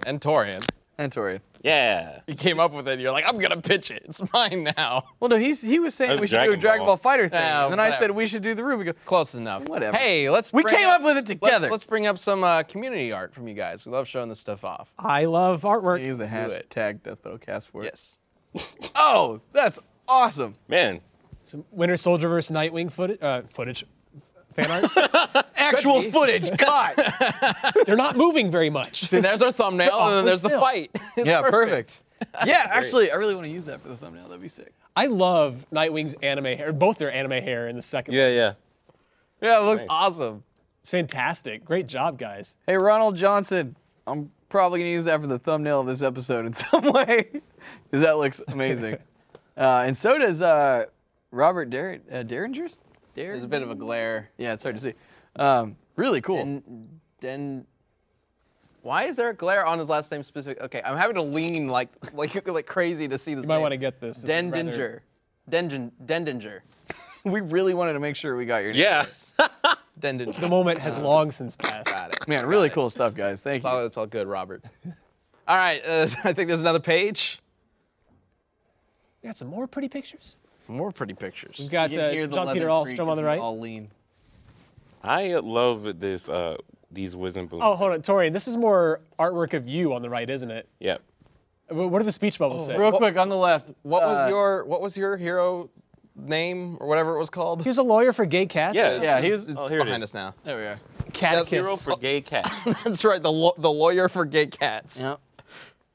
And Torian.
and Torian.
Yeah.
You came up with it. You're like, I'm gonna pitch it. It's mine now. *laughs*
Well, no, he's he was saying
That's
we should do a
Dragon
Dragon
Ball.
Ball Fighter thing,
Yeah,
and then I
whatever.
said we should do the Ruby. Go,
Close enough.
Whatever.
Hey, let's.
We
bring
came up with it
let's-
together.
Let's, bring up some uh, community art from you guys. We love showing this stuff off.
Ah.
I love artwork.
Use the
Let's do it.
hashtag Death Battle Cast for it.
Yes.
Oh, that's awesome.
Man.
Some Winter Soldier versus Nightwing footage. Uh, footage. Fan art.
Actual footage caught.
They're not moving very much.
See, there's
*laughs*
our thumbnail,
Oh,
and then
we're
there's the
still-
fight. *laughs* It's
yeah, perfect. Yeah, actually, I really want to use that for the thumbnail. That'd be sick.
I love Nightwing's anime hair. Both their anime hair in the second. one.
yeah.
Yeah, it looks awesome.
It's fantastic. Great job, guys.
Hey, Ronald Johnson, I'm probably gonna use that for the thumbnail of this episode in *laughs* some way, because that looks amazing. *laughs* uh, and so does uh, Robert Dar- uh, Derringers. Dar-
There's a bit of a glare.
yeah, it's hard to see. Um, really cool.
Den. Why is there a glare on his last name specific? Okay, I'm having to lean like *laughs* like like crazy to see this. You
might wanna get this. This is
Den
rather-
Dinger. Dendinger. Dendinger.
we really wanted to make sure we got your name.
Yeah.
Dendinger.
The moment
Uh,
has long since passed.
Got it.
Man, really cool stuff, guys. Thank you.
Oh, it's all good, Robert. *laughs* All right, uh, *laughs* I think there's another page.
We got some more pretty pictures.
More pretty pictures.
We've got
You can hear
uh,
the
John
leather
Peter
creak
Alstrom on
as
the
we
right.
All lean.
I love this. Uh, these whizzing booms.
Oh, hold on, Torian. This is more artwork of you on the right, isn't it?
Yeah.
Oh,
Wh- What do the speech bubbles say?
Real quick on the left.
What
uh,
was your What was your hero name or whatever it was called?
He was a lawyer for gay cats.
Yeah.
Yeah,
It's-
he's-
it's
oh, here it
behind
is.
us now.
There we are.
Cat
That's-
kiss.
Hero for gay cats.
That's right, the lo- the lawyer for gay cats.
Yep.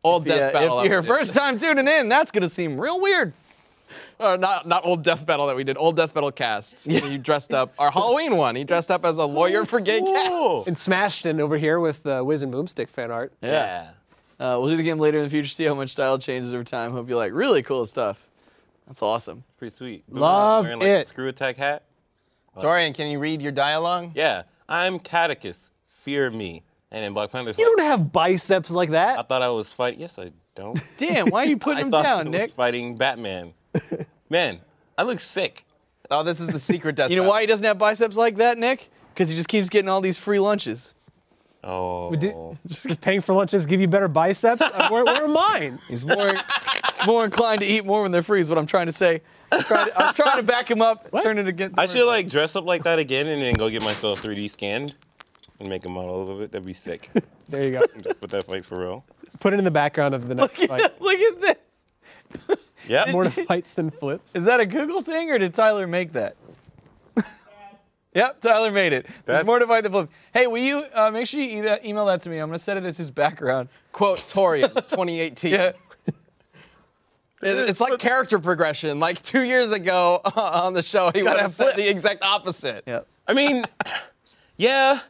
Old
Yeah,
Death Battle.
uh, if
that we
your
did.
first time tuning in, that's gonna seem real weird.
*laughs* Uh, not not old death battle that we did. Old death battle cast. You dressed up our Halloween one. He dressed up as a lawyer for gay
Cool.
cats.
And smashed in over here with uh, Wiz and Boomstick fan art.
Yeah.
Uh, we'll do the game later in the future. See how much style changes over time. Hope you like really cool stuff. That's awesome.
Pretty sweet. Boom,
Love
wearing like
it.
screw attack hat.
Dorian, can you read your dialogue?
Yeah. I'm catechist. Fear me. And in Black Panther's
You
like,
don't have biceps like
I
that.
thought I was fighting. Yes, I don't.
Damn, why are *laughs* you putting
I
him
thought
down,
I
Nick?
was fighting Batman. Man, I look sick.
Oh, this is the secret death.
You know
battle.
why he doesn't have biceps like that, Nick? Because he just keeps getting all these free lunches.
*laughs*
Oh.
Do- Does paying for lunches give you better
*laughs*
biceps? Uh, where, where are mine?
He's more he's more inclined to eat more when they're free. Is what I'm trying to say. I'm trying to, I'm trying to back him up. Turn it against.
I should like dress up like that again and then go get myself 3D scanned and make a model of it. That'd be sick.
There you go.
Just put that fight for real.
Put it in the background of the next
*laughs* *laughs*
fight.
Look at this.
Yeah.
More to fights than flips.
Is that a Google thing or did Tyler make that? *laughs* yep, Tyler made it. There's
That's-
more to fight the flip. Hey, will you uh, make sure you e- email that to me? I'm gonna set it as his background.
Quote Torian, 2018.
Yeah.
It- it's like character progression. Like two years ago *laughs* on the show, he would
Gotta
have said the
flip.
exact opposite.
Yep.
*laughs* I mean, *coughs* yeah,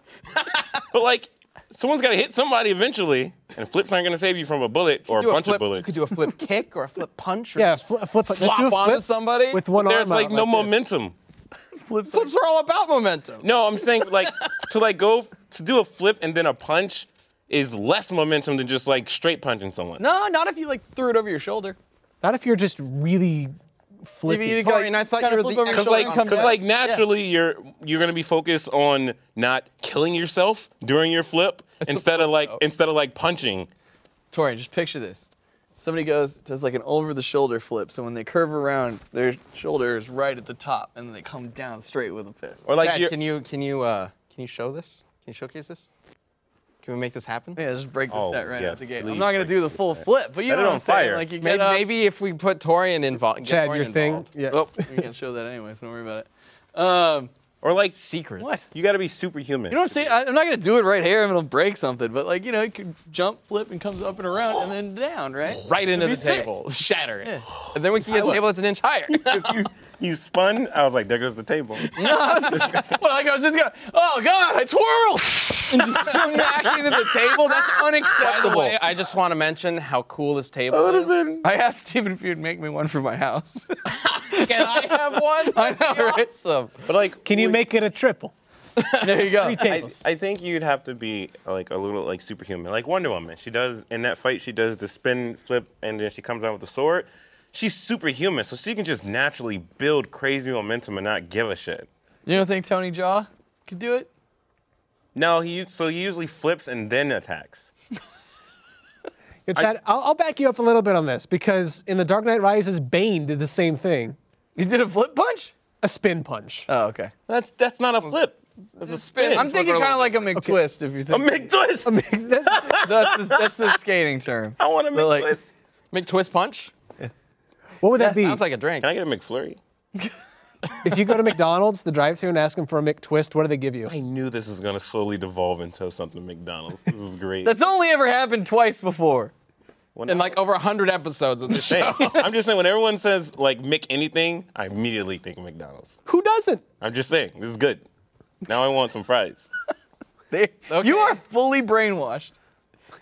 but like, someone's got to hit somebody eventually, and flips aren't going to save you from a bullet or a
Do
bunch
flip,
of bullets.
You could do a flip kick or a flip punch. Or
Yeah,
just
fl- flip. Let's do
flop
a
onto
flip
somebody.
with one
There's
arm
like
out
no
this.
momentum.
Flips.
Flips are all about momentum.
No, I'm saying like to like go to do a flip and then a punch is less momentum than just like straight punching someone.
No, not if you like threw it over your shoulder.
Not if you're just really
If you
flipping.
go-
Torian, I thought
kinda
you were
flip
the
over your
expert
Cause
shoulder
like,
and
on
come down.
cause
that.
like
Yeah.
naturally you're you're gonna be focused on not killing yourself during your flip
a
instead
flip,
of like
though.
instead of like punching.
Torian, just picture this. Somebody goes, does like an over the shoulder flip. So when they curve around, their shoulder is right at the top and then they come down straight with a fist.
Or like
Chad,
you're-
can you can you uh, can you show this? Can you showcase this? Can we make this happen?
yeah, just break the
Oh,
set right out
yes,
the gate. I'm
please
not going to
break
do the full flip, but you
Set
know
it
what
on
I'm saying.
fire.
Like you get
Maybe,
up, *laughs*
maybe if we put Torian involved,
Chad, your thing.
involved.
Yeah. *laughs*
Oh, we can't show that anyway, so don't worry about it. Um,
or like
Secrets.
What?
you gotta be superhuman.
you know what I'm saying? I, I'm not gonna do it right here, and it'll break something. But like, you know, it could jump, flip, and comes up and around, and then down, right?
Right into
It'd be
the
sick.
table, *laughs* shatter it, and then we can get a table that's an inch
*laughs*
higher.
Because you, you spun, I was like, there goes the table.
No, I was just, well, like, I was just gonna. *laughs* Oh God, I twirled *laughs* and just smack into the table. That's
By the
unacceptable.
way, I just want to mention how cool this table
Would've
is.
been-
I asked Stephen if he would make me one for my house. *laughs*
*laughs* Can I have one?
*laughs*
I know, right?
Awesome.
But like,
Can you make it a triple?
there you go.
Three tables.
I think you'd have to be like a little like superhuman, like Wonder Woman. She does in that fight. She does the spin flip, and then she comes out with the sword. She's superhuman, so she can just naturally build crazy momentum and not give a shit.
You don't think Tony Jaw could do it?
No, he us- so he usually flips and then attacks.
Yo, Chad, I, will I'll back you up a little bit on this because in The Dark Knight Rises, Bane did the same thing
He did a flip punch.
a spin punch.
Oh, okay.
That's that's not a flip. That's a spin.
I'm thinking kind of like a McTwist, if you
a
think
McTwist.
That's-
*laughs* that's a, that's a skating term.
I want a
But, like-
McTwist.
McTwist punch.
what would that be?
Sounds like a drink.
Can I get a McFlurry?
if you go to McDonald's, the drive thru and ask them for a McTwist, what do they give you?
I knew this was gonna slowly devolve into something McDonald's. This is great.
That's only ever happened twice before.
When
In
I-
like over 100 episodes
*laughs*
of this
Hey,
*laughs* show.
I'm just saying when everyone says like Mick anything, I immediately think of McDonald's.
Who doesn't?
I'm just saying, this is good. Now I want some fries.
They,
Okay.
You are fully brainwashed.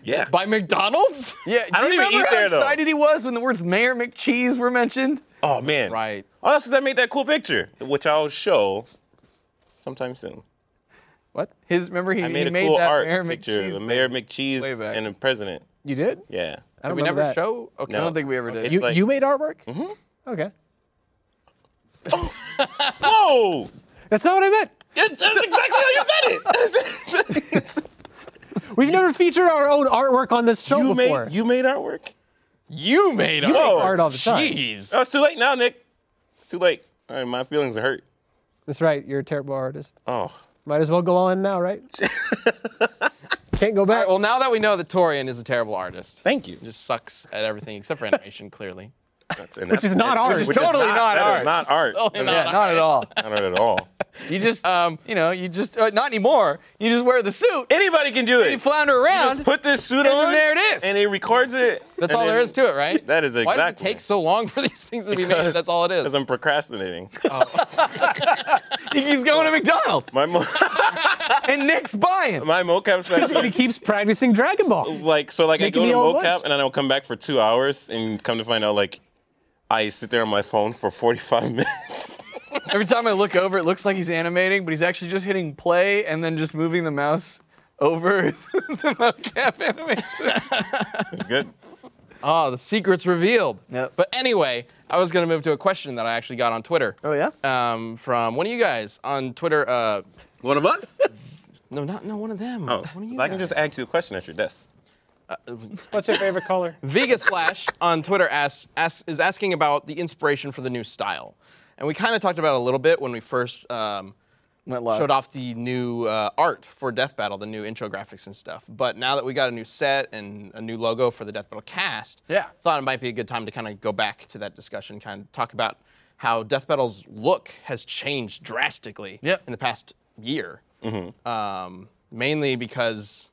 Yeah.
By
*laughs*
McDonald's?
Yeah, do
I
you
don't even
remember
eat
how
there, though.
excited he was when the words Mayor McCheese were mentioned?
Oh man.
Right.
Oh, since I made that cool picture, which I'll show sometime soon.
What?
His remember he
I made
he
a
made
cool
that
art
Mayor
picture,
McCheese.
the
thing.
Mayor McCheese
Way back.
and the president.
You did?
Yeah.
I don't
Did we
remember
never
that.
show? Okay.
I don't think we ever did.
It's
You,
like-
you made artwork? Mm-hmm. Okay.
Whoa!
That's not what I meant.
That's that's exactly how you said it.
We've never featured our own artwork on this show
you
before.
made you made artwork.
You made
You make
artwork.
art all the time.
Jeez.
Oh, it's too late now, Nick. It's too late. All right, my feelings are hurt.
That's right. You're a terrible artist.
Oh.
Might as well go on now, right? Can't go
All
back.
right, well, now that we know that Torian is a terrible artist,
Thank you. *laughs*
just sucks at everything except for animation, clearly.
That's, and
Which
that's-
is not art.
Which is
Which is
totally not
that
art.
is not art.
totally
That is
Yeah, not at all.
Not art at all.
You just, you know, you just uh, not anymore. You just wear the suit.
Anybody can do it.
you flounder around.
Put this suit
and then
on.
there it is.
And it records it.
That's all there is to it, right?
That is
Why does it
exactly-
take so long for these things to be made?
Because-
That's all it
Because
is.
I'm procrastinating.
he keeps going to McDonald's,
My mo- *laughs*
and Nick's buying.
my mocap
But he
section.
keeps practicing Dragon Ball.
Like so, like I
Making
go
me
to
all
mocap
lunch.
and then I'll come back for two hours and come to find out like I sit there on my phone for 45 *laughs* minutes.
Every time I look over, it looks like he's animating, but he's actually just hitting play and then just moving the mouse over *laughs* the mocap animation.
It's good.
Oh, the secret's revealed.
Yep.
But anyway, I was going to move to a question that I actually got on Twitter.
Oh yeah.
Um, from one of you guys on Twitter. Uh,
One of us?
no, not no, one of them.
Oh,
One of you
I can
guys.
just ask you a question at your desk.
What's your favorite color?
Vega
*laughs*
Slash on Twitter asks, asks, is asking about the inspiration for the new style. And we kind of talked about it a little bit when we first um,
Went live.
showed off the new uh, art for Death Battle, the new intro graphics and stuff. But now that we got a new set and a new logo for the Death Battle cast,
Yeah.
thought it might be a good time to kind of go back to that discussion, kind of talk about how Death Battle's look has changed drastically
Yep. Mm-hmm.
in the past year. Um, mainly because,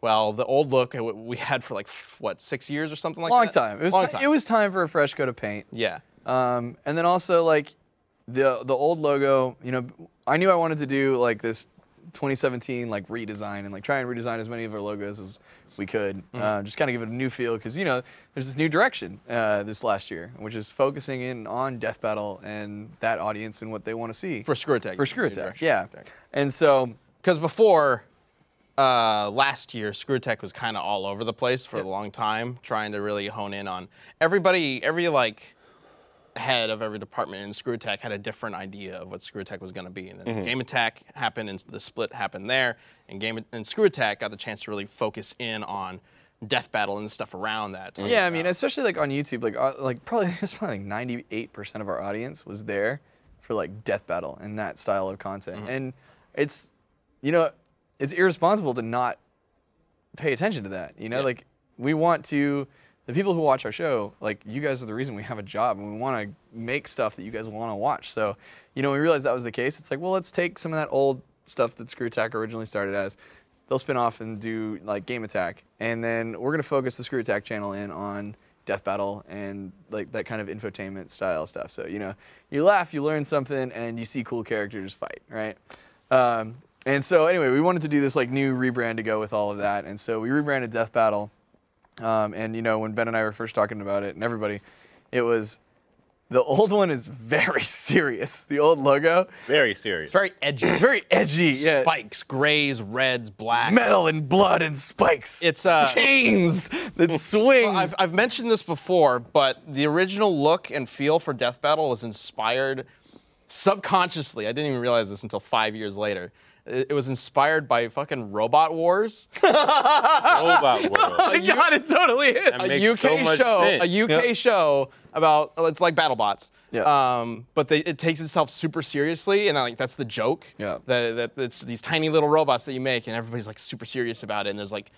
well, the old look uh, we had for like f- what six years or something like
Long
that.
time. It was
Long
ti-
time.
It was time for a fresh coat of paint.
yeah.
Um, and then also like the the old logo, you know, I knew I wanted to do like this 2017 like redesign and like try and redesign as many of our logos as we could,
Mm-hmm.
uh, just kind of give it a new feel because you know there's this new direction uh, this last year, which is focusing in on Death Battle and that audience and what they want to see
For Screw Attack,
For Screw
new
Attack,
direction,
yeah. And so
because before uh, last year, ScrewTech was kind of all over the place for a long time, trying to really hone in on everybody. Every like head of every department in ScrewTech had a different idea of what ScrewTech was going to be, and then
Mm-hmm.
Game Attack happened, and the split happened there, and Game and ScrewTech got the chance to really focus in on Death Battle and stuff around that.
Mm. Yeah, I mean, especially like on YouTube, like uh, like probably *laughs* it's probably like ninety eight percent of our audience was there for like death battle and that style of content, and it's you know it's irresponsible to not pay attention to that. You know, like we want to the people who watch our show, like you guys are the reason we have a job, and we want to make stuff that you guys want to watch. So you know, we realized that was the case. It's like, well, let's take some of that old stuff that Screw Attack originally started as they'll spin off and do like game attack and then we're going to focus the screw attack channel in on death battle and like that kind of infotainment style stuff so you know you laugh you learn something and you see cool characters fight right um, and so anyway we wanted to do this like new rebrand to go with all of that and so we rebranded death battle um, and you know when ben and i were first talking about it and everybody it was the old one is very *laughs* serious the old logo
Very serious.
very edgy.
it's very edgy *clears throat* yeah
Spikes, grays, reds, blacks.
metal and blood and spikes.
It's, uh,
chains that swing.
I've, I've mentioned this before, but the original look and feel for Death Battle was inspired subconsciously. I didn't even realize this until five years later. It, it was inspired by fucking Robot Wars,
Robot world.
my God, it totally is.
That
a
makes
UK
so much
show,
sense.
a UK show about oh, it's like BattleBots.
Yeah.
Um, but they, it takes itself super seriously, and I, like that's the joke.
Yeah.
That, that it's these tiny little robots that you make, and everybody's like super serious about it, and there's like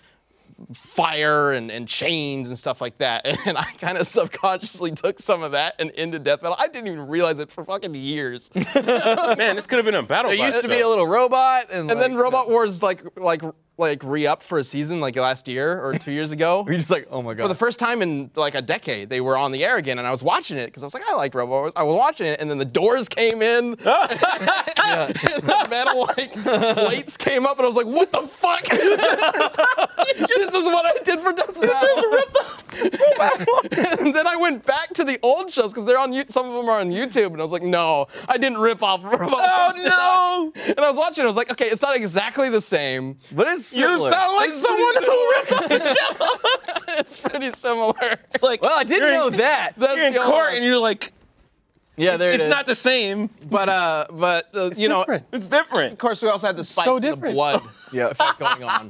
fire and, and chains and stuff like that. *laughs* And I kind of subconsciously took some of that and into death metal. I didn't even realize it for fucking years.
*laughs* Man, this could have been a battle.
There used to be a little robot, and,
and
like,
then Robot Wars like like like re up for a season like last year or two years
*laughs*
ago.
We're just like, oh my god.
for the first time in like a decade, they were on the air again, and I was watching it because I was like, I like Rebel Wars. I was watching it, and then the doors came
*laughs*
in, and the *laughs* metal like plates came up, and I was like, what the fuck? *laughs* this is what I did for Death Battle. *laughs* and then I went back to the old shows because they're on Yo- some of them are on YouTube, and I was like, no, I didn't rip off *laughs* Rebel Wars.
Oh no!
And I was watching, I was like, okay, it's not exactly the same. *laughs*
but it's
You
similar.
sound like someone who
it's pretty similar.
It's like,
well, I didn't
you're
know
*laughs*
in-
that.
That's
You're in
the only
court
one.
and you're like,
yeah, there it
it's
is.
not the same.
But uh, but uh, you know,
different.
It's different.
of course, we also had the spikes in the
different.
blood
*laughs*
Yeah.
effect going on,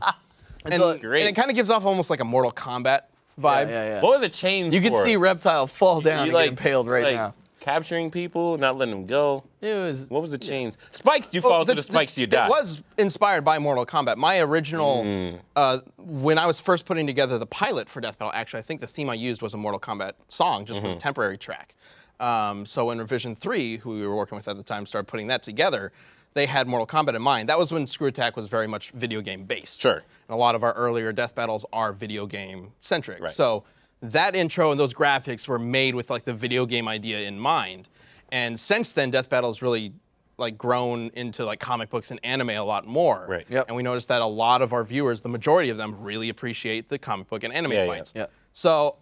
and,
all-
and it kind of gives off almost like a Mortal Kombat
yeah,
vibe.
yeah, yeah.
What were the chains?
You can
for?
see reptile fall down
You,
and get impaled right
like,
now.
capturing people, not letting them go.
It was
What was the chains? Spikes. You
Well,
fall
the-
through the spikes.
the-
you die.
It was inspired by Mortal Kombat. My original,
Mm.
uh, when I was first putting together the pilot for Death Battle, actually, I think the theme I used was a Mortal Kombat song, just
Mm-hmm.
for the temporary track. Um, so when Revision 3, who we were working with at the time, started putting that together, they had Mortal Kombat in mind. That was when Screw Attack was very much video game based.
Sure.
And a lot of our earlier Death Battles are video game centric. So that intro and those graphics were made with like the video game idea in mind. And since then, Death Battle's really like grown into like comic books and anime a lot more.
Right.
Yep.
And we noticed that a lot of our viewers, the majority of them, really appreciate the comic book and anime
Yeah, yeah,
fights.
yeah.
So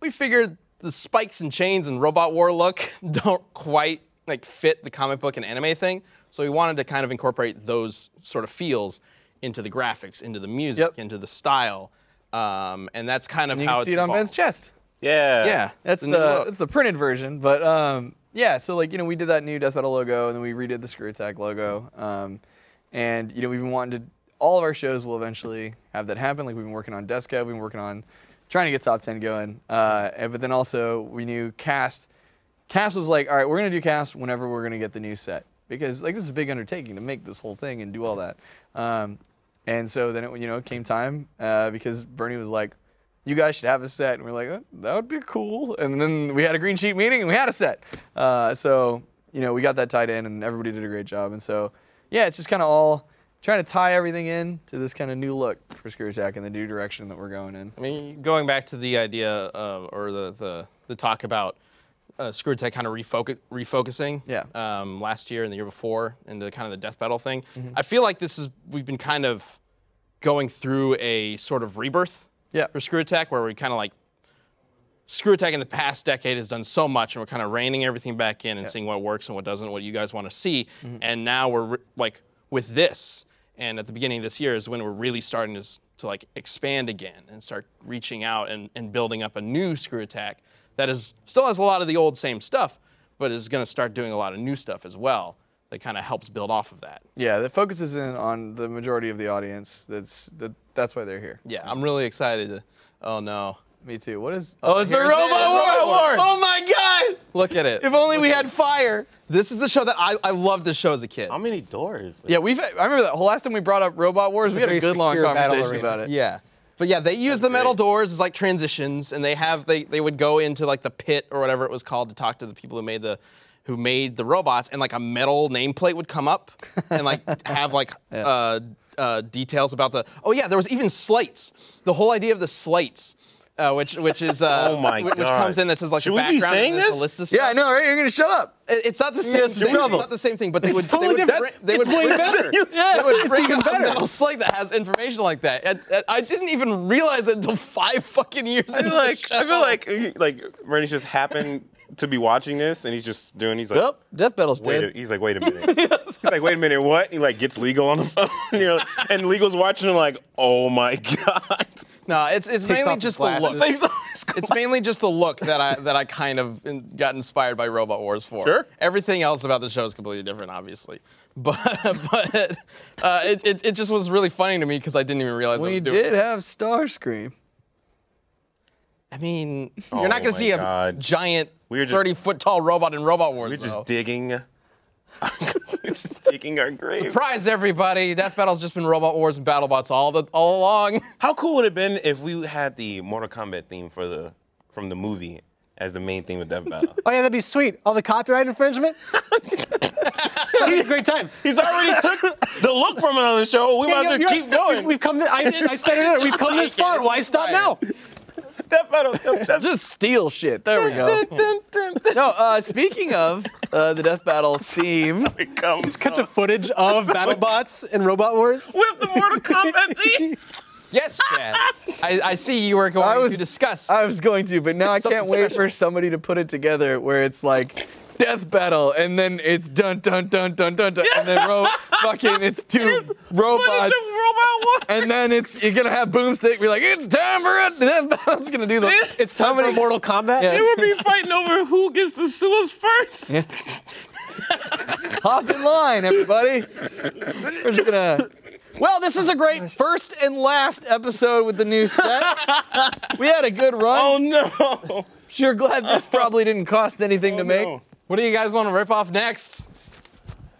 we figured the spikes and chains and robot war look *laughs* don't quite like fit the comic book and anime thing. So we wanted to kind of incorporate those sort of feels into the graphics, into the music,
Yep.
into the style. Um, and that's kind of
you
how
can
it's
see it on
evolved.
Ben's chest.
yeah.
Yeah.
That's
new
the
look.
that's the printed version, but um, yeah. So like you know, we did that new Death Battle logo, and then we redid the Screw Attack logo, um, and you know we've been wanting to. All of our shows will eventually have that happen. Like we've been working on Desco, we've been working on trying to get top ten going, uh, and- but then also we knew Cast. Cast was like, all right, we're gonna do Cast whenever we're gonna get the new set because like this is a big undertaking to make this whole thing and do all that. Um, and so then it you know came time uh, because Bernie was like, you guys should have a set. And we are like, "Oh, that would be cool. And then we had a green sheet meeting and we had a set. Uh, so, you know, we got that tied in and everybody did a great job. And so, yeah, it's just kind of all trying to tie everything in to this kind of new look for Screw Attack and the new direction that we're going in.
I mean, going back to the idea uh, or the, the, the talk about uh, Screw Tech kind of refocu- refocusing
Yeah.
um, last year and the year before into kind of the death battle thing, I feel like this is, we've been kind of going through a sort of rebirth
Yeah.
for Screw Attack where we kind of like, Screw Attack in the past decade has done so much and we're kind of reining everything back in and seeing what works and what doesn't, what you guys want to see. And now we're re- like with this and at the beginning of this year is when we're really starting to, s- to like expand again and start reaching out and, and building up a new Screw Attack that is still has a lot of the old same stuff, but is going to start doing a lot of new stuff as well that kind of helps build off of that.
Yeah, that focuses in on the majority of the audience. That's that, that's why they're here.
Yeah, I'm really excited to, oh no.
Me too. What is. Oh, it's the
here's
robot
it,
war!
it's Robot Wars.
Oh my God!
Look at it.
If only we had fire.
this is the show that I, I loved this show as a kid.
How many doors?
Yeah, we've. I remember that last time we brought up Robot Wars, we had a
very
good long
secure battle
conversation
arena.
about it.
Yeah. But yeah, they use the metal doors as like transitions, and they have they they would go into like the pit or whatever it was called to talk to the people who made the who made the robots, and like a metal nameplate would come up and like have like uh, uh, details about the oh yeah, there was even slates. The whole idea of the slates, uh, which which is uh,
Oh my
whi- which,
God.
comes in this is like
Should
the
we be
background and
saying
there's
this?
A list of
Yeah, I
stuff.
know, right? You're gonna shut up.
It- It's not the same
Yes,
thing. It's
trouble.
not the same thing, but they would
totally
they would,
different.
bring- they
It's
would
way
bring-
*laughs*
better.
they
*laughs*
would bring
even
out a
better.
metal slug that has information like that. And- and I didn't even realize it until five fucking years
I
into
feel
the
like I
show.
feel like like Bernie's just happened to be watching this, and he's just doing. He's like,
Yep, Death Battle's
Wait
dead.
a, he's like, wait a minute. he's like, wait a minute, what? He like gets legal on the *laughs* phone, you know, and legal's watching him like, oh my *laughs* god.
no, it's it's mainly
off his
just the
glasses.
look. It's mainly just the look that I that I kind of in- got inspired by Robot Wars for.
Sure.
Everything else about the show is completely different, obviously. *laughs* But but uh, it, it it just was really funny to me because I didn't even realize I
We
was doing.
did have Starscream.
I mean, you're not
Oh my
gonna see a
God.
giant
We were just-
30 foot tall robot in Robot Wars.
We're just
though.
digging. *laughs* We're just digging our grave.
Surprise, everybody! Death Battle's just been Robot Wars and BattleBots all the all along. *laughs*
How cool would it have been if we had the Mortal Kombat theme for the from the movie as the main theme of Death *laughs* Battle?
Oh yeah, that'd be sweet. All the copyright infringement. That'd be a great time.
he's already took the look from another show. We
Yeah,
might
you're
as well
right.
keep going.
We- We've come. Th- I, I said it. We've come this far. Why stop now?
Death Battle. Death Battle.
Just steal shit. There we
*laughs*
go.
Dun, dun, dun.
No, uh, speaking of uh, the Death Battle theme,
It comes
Cut to
on.
footage of BattleBots and Robot Wars.
with the Mortal Kombat *laughs* theme.
Yes, Chad. I, I see you were going
I was-
to discuss.
I was going to, but now I
Something
can't wait
special.
for somebody to put it together where it's like Death Battle, and then it's dun dun dun dun dun dun, and then
*laughs*
ro- fucking it's two
What is
robots.
this robot war?
And then it's you're gonna have boomstick. Be like, it's time for it. Death *laughs* Battle's gonna do the.
It's time for Mortal Kombat.
Yeah.
They would be fighting over who gets the sewers first.
Hop in line, everybody. We're just gonna. Well, this was a great first and last episode with the new
*laughs*
set. We had a good run.
Oh no!
Sure, glad this probably didn't cost anything to make.
Oh, no.
What do you guys want to rip off next?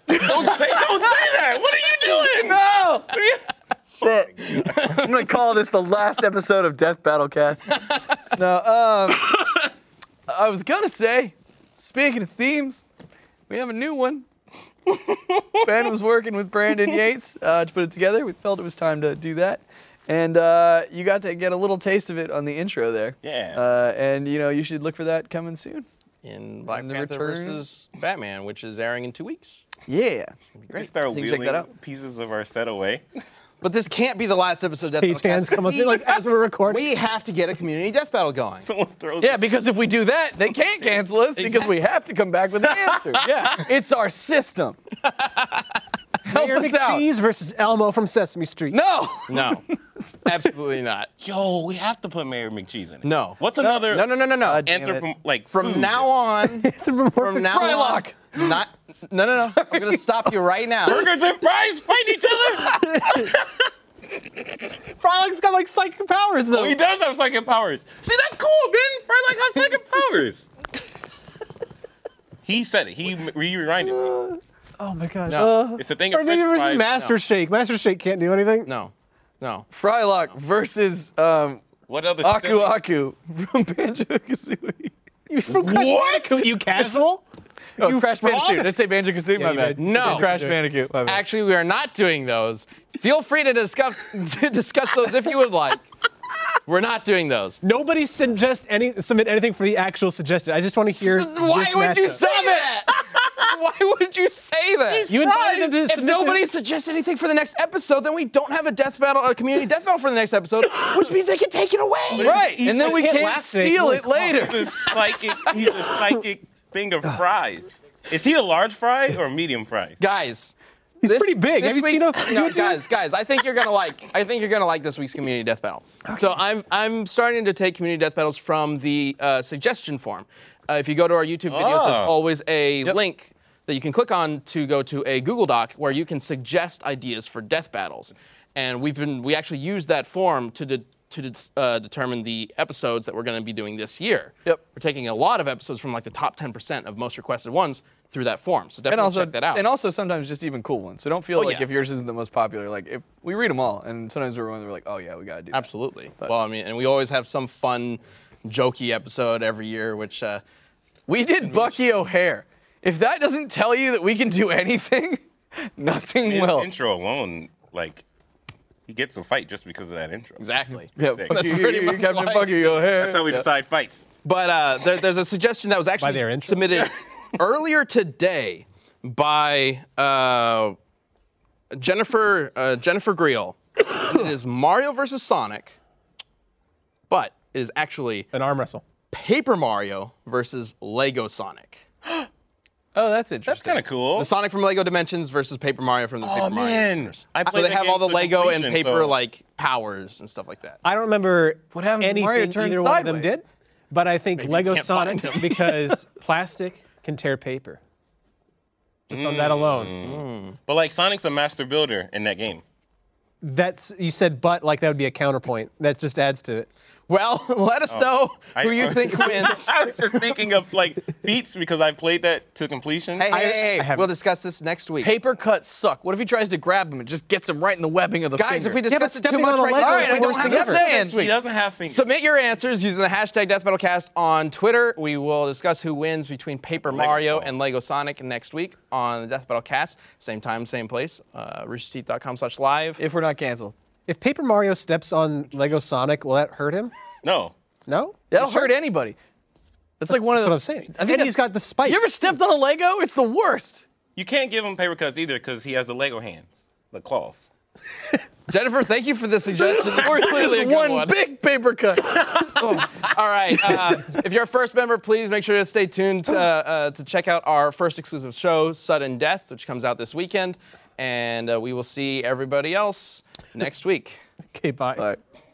Don't say, don't say that. What are you doing?
No! Shit. I'm gonna call this the last episode of Death Battlecast. No, um, I was gonna say, speaking of themes, we have a new one. ben was working with Brandon Yates uh, to put it together. We felt it was time to do that. And uh, you got to get a little taste of it on the intro there.
Yeah.
Uh, and, you know, you should look for that coming soon.
In Black
And the
Panther
Return.
versus Batman, which is airing in two weeks.
Yeah.
Just start
So you can check
wheeling
that out.
pieces of our set away. *laughs*
But this can't be the last episode of Death
Page
Battle
hands
Cast.
come up
We-
like as we're recording.
*laughs* We have to get a community death battle going.
Someone throws.
Yeah, because if we do that, they can't cancel us because we have to come back with an answer.
Yeah.
It's our system. Help
Mayor
us out.
McCheese versus Elmo from Sesame Street.
No.
No, absolutely not.
Yo, we have to put Mayor McCheese in it.
No.
What's another?
No, no, no, no, no.
damn
Anthropom-
it.
like
from
food.
now on, from now
Frylock.
on, not. No, no, no. I'm gonna stop you right now.
burgers and fries fight each other.
Frolic's got like psychic powers though.
oh, *laughs* he does have psychic powers. See, that's cool, Ben. Right, like has psychic powers. he said it. He re- reminded me.
oh my god.
No,
It's a thing.
Or
of
maybe
french
versus
fries.
Master Shake. Master Shake can't do anything.
no, no.
Frylock versus um,
What other?
Aku
silly-
Aku from *laughs* Banjo Kazooie.
You from
What?
You casual?
Oh,
You
Crash
fraud.
Bandicoot. Did I say Banjo Kazooie? My
you
bad.
did.
No.
Crash Bandicoot. My bad.
Actually, we are not doing those. Feel free to discuss *laughs* to discuss those if you would like. We're not doing those.
Nobody suggest any submit anything for the actual suggested. I just want to hear.
*laughs* Why
this
would you
matchup.
say that? *laughs* Why would you say that?
You invited them to
if
submit
nobody
their-
suggests anything for the next episode, then we don't have a death battle, a community death battle for the next episode, which means they can take it away.
right. And then we
can't
can't
last it.
steal
Holy
it later.
He's a psychic. He's a psychic thing of fries. Is he a large fry or a medium fry?
Guys.
He's
this-
pretty big.
this
Have you seen
week's- *laughs*
him?
No, guys, guys. I think you're gonna like. I think you're gonna like this week's community death battle. So I'm I'm starting to take community death battles from the uh, suggestion form. Uh, if you go to our YouTube videos, there's
Oh.
always a link that you can click on to go to a Google Doc where you can suggest ideas for death battles. And we've been we actually use that form to de- to de- uh, determine the episodes that we're going to be doing this year.
Yep.
We're taking a lot of episodes from like the top 10% of most requested ones through that form. So definitely
And also,
check that out.
and also sometimes just even cool ones. So don't feel
Oh,
like
yeah.
if yours isn't the most popular, like if we read them all, and sometimes we're, we're like, oh yeah, we gotta do that.
Absolutely. well, I mean, and we always have some fun, jokey episode every year, which uh,
We did Bucky O'Hare. If that doesn't tell you that we can do anything, *laughs* nothing
His
will.
intro alone, like, he gets a fight just because of that intro.
*laughs* exactly.
Yeah,
Sick.
That's
you-
pretty
you-
much
Captain
like-
Bucky O'Hare.
That's how we decide fights.
But uh, there, there's a suggestion that was
their
actually
intros?
*laughs*
submitted earlier today by uh, Jennifer uh, Jennifer Greel. And it is Mario versus Sonic, but it is actually
An arm wrestle.
Paper Mario versus Lego Sonic.
Oh, that's interesting.
That's kind of cool.
The Sonic from Lego Dimensions versus Paper Mario from the
Oh,
Paper Mario.
man.
universe.
I
so
played
they
that
have
game
all the
to
Lego and
completion,
paper
so-
like powers and stuff like that.
I don't remember
What happens if
anything
Mario turns
either one of them
sideways?
did, but I think Lego
can't find *laughs*
Sonic because plastic can tear paper. Just on that
Mm.
alone.
But like Sonic's a master builder in that game.
That's you said, but like that would be a counterpoint. That just adds to it.
Well, *laughs* let
Oh.
us know who
I-
you
*laughs*
think wins.
I was just thinking of like beats because I played that to completion.
Hey, hey, hey, hey.
haven't.
we'll discuss this next week.
Paper cuts suck. What if he tries to grab him and just gets him right in the webbing of the
Guys,
finger?
if we
but
discuss it too
stepping
much
on a
right
Lego
now,
is
we
the
don't
worst
have
thing
this
ever.
next
he
week.
doesn't have fingers.
Submit your answers using the hashtag DeathBattleCast on Twitter. We will discuss who wins between Paper Mario and Lego Sonic next week on the Death Battle Cast. Same time, same place. Uh, roosterteeth.com slash live.
if we're not canceled,
If Paper Mario steps on Lego Sonic, will that hurt him?
no.
No?
that'll hurt anybody. That's like one of
That's
the.
what I'm saying.
I think
and
that's-
he's got the spikes.
You ever stepped on a Lego? It's the worst.
You can't give him paper cuts either because he has the Lego hands, the claws.
Jennifer, thank you for the suggestion.
*laughs*
It's
Or
clearly a
just
good
one,
one.
big paper
*laughs*
cut.
*laughs* All right. Uh, if you're a first member, please make sure to stay tuned to, uh, uh, to check out our first exclusive show, Sudden Death, which comes out this weekend. And uh, we will see everybody else next week.
Okay, bye.
All right.